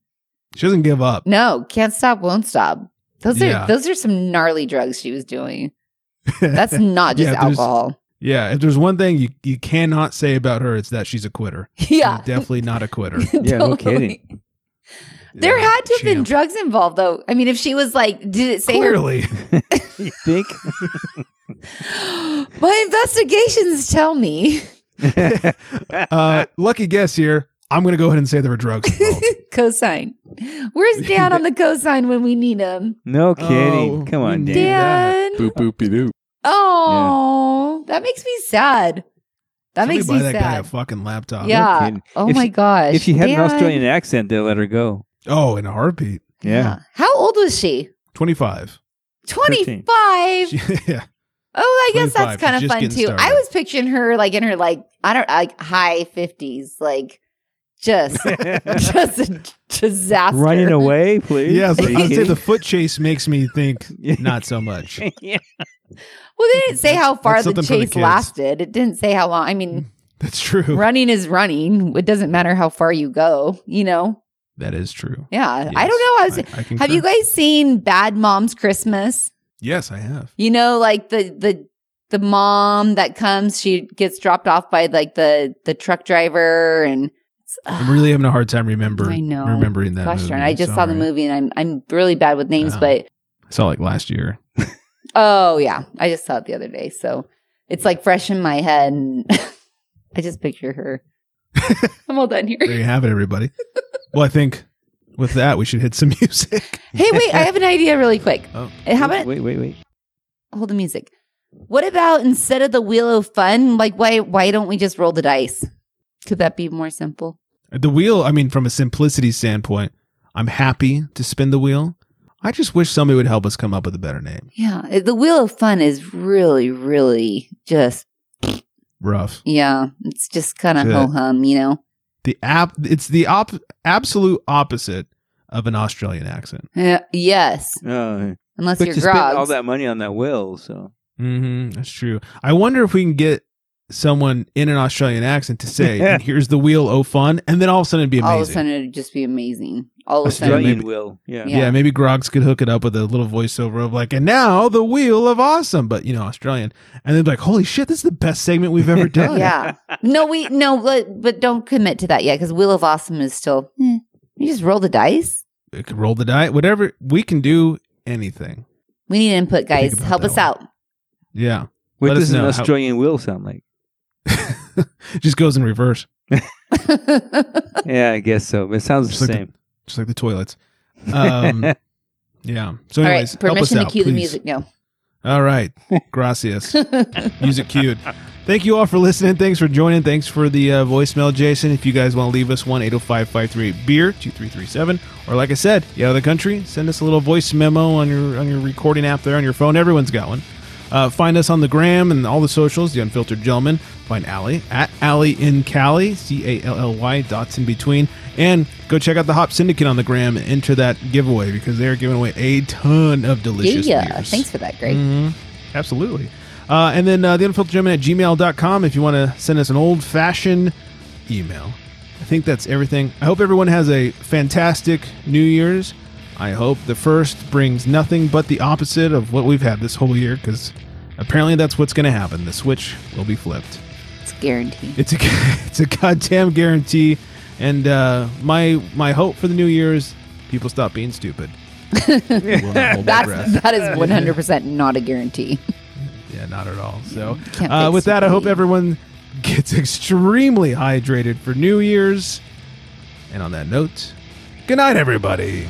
[SPEAKER 6] She doesn't give up.
[SPEAKER 8] No, can't stop, won't stop. Those
[SPEAKER 6] Yeah.
[SPEAKER 8] are those are some gnarly drugs she was doing. That's not just
[SPEAKER 6] Yeah, there's-
[SPEAKER 8] alcohol.
[SPEAKER 6] Yeah. If there's one thing you, you cannot say about her, it's that she's a quitter.
[SPEAKER 8] Yeah.
[SPEAKER 6] She's definitely not a quitter.
[SPEAKER 7] Yeah, no kidding.
[SPEAKER 8] There
[SPEAKER 6] Yeah,
[SPEAKER 8] had to have been
[SPEAKER 6] champ.
[SPEAKER 8] drugs involved though. I mean, if she was like, did it say her
[SPEAKER 6] Clearly.
[SPEAKER 7] You think?
[SPEAKER 8] My investigations tell me
[SPEAKER 6] Uh, lucky guess here. I'm going to go ahead and say there were drugs involved.
[SPEAKER 8] cosine. Where's Dan on the cosine when we need him?
[SPEAKER 7] No kidding.
[SPEAKER 6] Oh,
[SPEAKER 7] Come on,
[SPEAKER 6] you
[SPEAKER 7] Dan.
[SPEAKER 6] did.
[SPEAKER 8] Dan.
[SPEAKER 9] Boop boopy doop.
[SPEAKER 8] Oh, that makes me sad. That
[SPEAKER 6] Somebody
[SPEAKER 8] makes
[SPEAKER 6] buy
[SPEAKER 8] me
[SPEAKER 6] that guy a
[SPEAKER 8] sad.
[SPEAKER 6] fucking laptop.
[SPEAKER 8] yeah.
[SPEAKER 7] kidding.
[SPEAKER 8] oh
[SPEAKER 7] If
[SPEAKER 8] my
[SPEAKER 7] she-
[SPEAKER 8] gosh.
[SPEAKER 7] If she had an
[SPEAKER 8] Dan.
[SPEAKER 7] Australian accent, they let her go.
[SPEAKER 6] Oh, in a heartbeat.
[SPEAKER 7] Yeah.
[SPEAKER 8] How old was she?
[SPEAKER 6] 25.
[SPEAKER 8] 25.
[SPEAKER 6] She- yeah.
[SPEAKER 8] Oh, I
[SPEAKER 6] 25.
[SPEAKER 8] guess that's kind of
[SPEAKER 6] She's just
[SPEAKER 8] fun
[SPEAKER 6] getting
[SPEAKER 8] too.
[SPEAKER 6] started.
[SPEAKER 8] I was picturing her like in her like I don't like high 50s like just just a disaster.
[SPEAKER 7] Running away, please.
[SPEAKER 6] Yeah.
[SPEAKER 7] Are you
[SPEAKER 6] I'd say
[SPEAKER 7] kidding?
[SPEAKER 6] the foot chase makes me think
[SPEAKER 7] Yeah.
[SPEAKER 6] not so much.
[SPEAKER 7] yeah.
[SPEAKER 8] Well, they didn't say how far
[SPEAKER 6] That's
[SPEAKER 8] the
[SPEAKER 6] something for the
[SPEAKER 8] chase
[SPEAKER 6] kids.
[SPEAKER 8] lasted. It didn't say how long. I mean,
[SPEAKER 6] That's true.
[SPEAKER 8] running is running. It doesn't matter how far you go, you know.
[SPEAKER 6] That is true.
[SPEAKER 8] Yeah. I don't know. I was Have you guys seen Bad Mom's Christmas?
[SPEAKER 6] Yes, I have.
[SPEAKER 8] You know, like the the the mom that comes, she gets dropped off by like the the truck driver, and
[SPEAKER 6] I'm really having a hard time remember.
[SPEAKER 8] I know.
[SPEAKER 6] remembering that.
[SPEAKER 8] gosh
[SPEAKER 6] movie.
[SPEAKER 8] darn, I just saw the
[SPEAKER 6] Sorry.
[SPEAKER 8] movie, and I'm I'm really bad with names,
[SPEAKER 6] Yeah.
[SPEAKER 8] but
[SPEAKER 6] I saw it like last year.
[SPEAKER 8] oh yeah, I just saw it the other day, so it's like fresh in my head, and I just picture her.
[SPEAKER 12] I'm all done here.
[SPEAKER 6] There you have it, everybody. Well, I think with that we should hit some music.
[SPEAKER 8] Hey, wait, I have an idea really quick.
[SPEAKER 6] Oh.
[SPEAKER 8] Uh, How about
[SPEAKER 7] Wait, wait, wait.
[SPEAKER 8] hold the music? What about instead of the wheel of fun, like why why don't we just roll the dice? Could that be more simple?
[SPEAKER 6] The wheel, I mean, from a simplicity standpoint, I'm happy to spin the wheel. I just wish somebody would help us come up with a better name.
[SPEAKER 8] Yeah, uh, the wheel of fun is really really just
[SPEAKER 6] Rough.
[SPEAKER 8] yeah, it's just kind of
[SPEAKER 6] Shit.
[SPEAKER 8] ho hum, you know.
[SPEAKER 6] The app it's the op- absolute opposite of an Australian accent.
[SPEAKER 8] Yeah, Uh, yes,
[SPEAKER 7] Oh,
[SPEAKER 8] unless
[SPEAKER 7] but
[SPEAKER 8] you're
[SPEAKER 7] you spent
[SPEAKER 8] grog.
[SPEAKER 7] all that money on that will, so
[SPEAKER 6] hmm that's true. I wonder if we can get someone in an Australian accent to say, and here's the wheel oh fun, and then all of a sudden it'd be amazing.
[SPEAKER 8] All of a sudden, it'd just be amazing. All of a sudden,
[SPEAKER 7] Australian will. Yeah.
[SPEAKER 6] Yeah. maybe Groggs could hook it up with a little voiceover of like, and now the wheel of awesome, but you know, Australian. And they'd be like, holy shit, this is the best segment we've ever done.
[SPEAKER 8] yeah. No, we no, but, but don't commit to that yet because Wheel of Awesome is still. eh. You just roll the dice.
[SPEAKER 6] It could roll the die, whatever. We can do anything.
[SPEAKER 8] We need input, guys.
[SPEAKER 6] about
[SPEAKER 8] Help
[SPEAKER 6] that
[SPEAKER 8] us out.
[SPEAKER 6] Yeah.
[SPEAKER 7] What
[SPEAKER 6] Let us
[SPEAKER 7] does an
[SPEAKER 6] know how-
[SPEAKER 7] Australian will sound like?
[SPEAKER 6] just goes in reverse,
[SPEAKER 7] Yeah, I guess so. It sounds
[SPEAKER 6] Just
[SPEAKER 7] the
[SPEAKER 6] like the-
[SPEAKER 7] same.
[SPEAKER 6] just like the toilets. Um, yeah. So,
[SPEAKER 8] All
[SPEAKER 6] anyways,
[SPEAKER 8] right,
[SPEAKER 6] help us
[SPEAKER 8] permission to
[SPEAKER 6] out,
[SPEAKER 8] cue the
[SPEAKER 6] please.
[SPEAKER 8] music now.
[SPEAKER 6] All right. Gracias. Music cued. Thank you all for listening. Thanks for joining. Thanks for the uh, voicemail, Jason. If you guys want to leave us one, 805-538-BEER, 2337. Or like I said, you out of the country, send us a little voice memo on your on your recording app there on your phone. Everyone's got one. Uh, find us on the gram and all the socials, The Unfiltered Gentleman. Find Allie at Allie in Cali, C-A-L-L-Y, dots in between. And go check out the Hop Syndicate on the gram and enter that giveaway because they're giving away a ton of delicious
[SPEAKER 8] yeah,
[SPEAKER 6] beers.
[SPEAKER 8] thanks for that, Greg.
[SPEAKER 6] Mhm. Absolutely. Uh, and then uh, theunfilteredgentleman at gmail.com if you want to send us an old fashioned email. I think that's everything. I hope everyone has a fantastic New Year's. I hope the first brings nothing but the opposite of what we've had this whole year because apparently that's what's going to happen. The switch will be flipped.
[SPEAKER 8] It's guaranteed.
[SPEAKER 6] It's a it's a goddamn guarantee. And uh, my my hope for the New Year is people stop being stupid. We will not hold our
[SPEAKER 8] That's
[SPEAKER 6] breath.
[SPEAKER 8] that is one hundred percent not a guarantee.
[SPEAKER 6] Yeah, not at all. So,
[SPEAKER 8] Can't
[SPEAKER 6] uh,
[SPEAKER 8] fix
[SPEAKER 6] with that, I hope
[SPEAKER 8] stupidity.
[SPEAKER 6] everyone gets extremely hydrated for New Year's. And on that note, good night, everybody.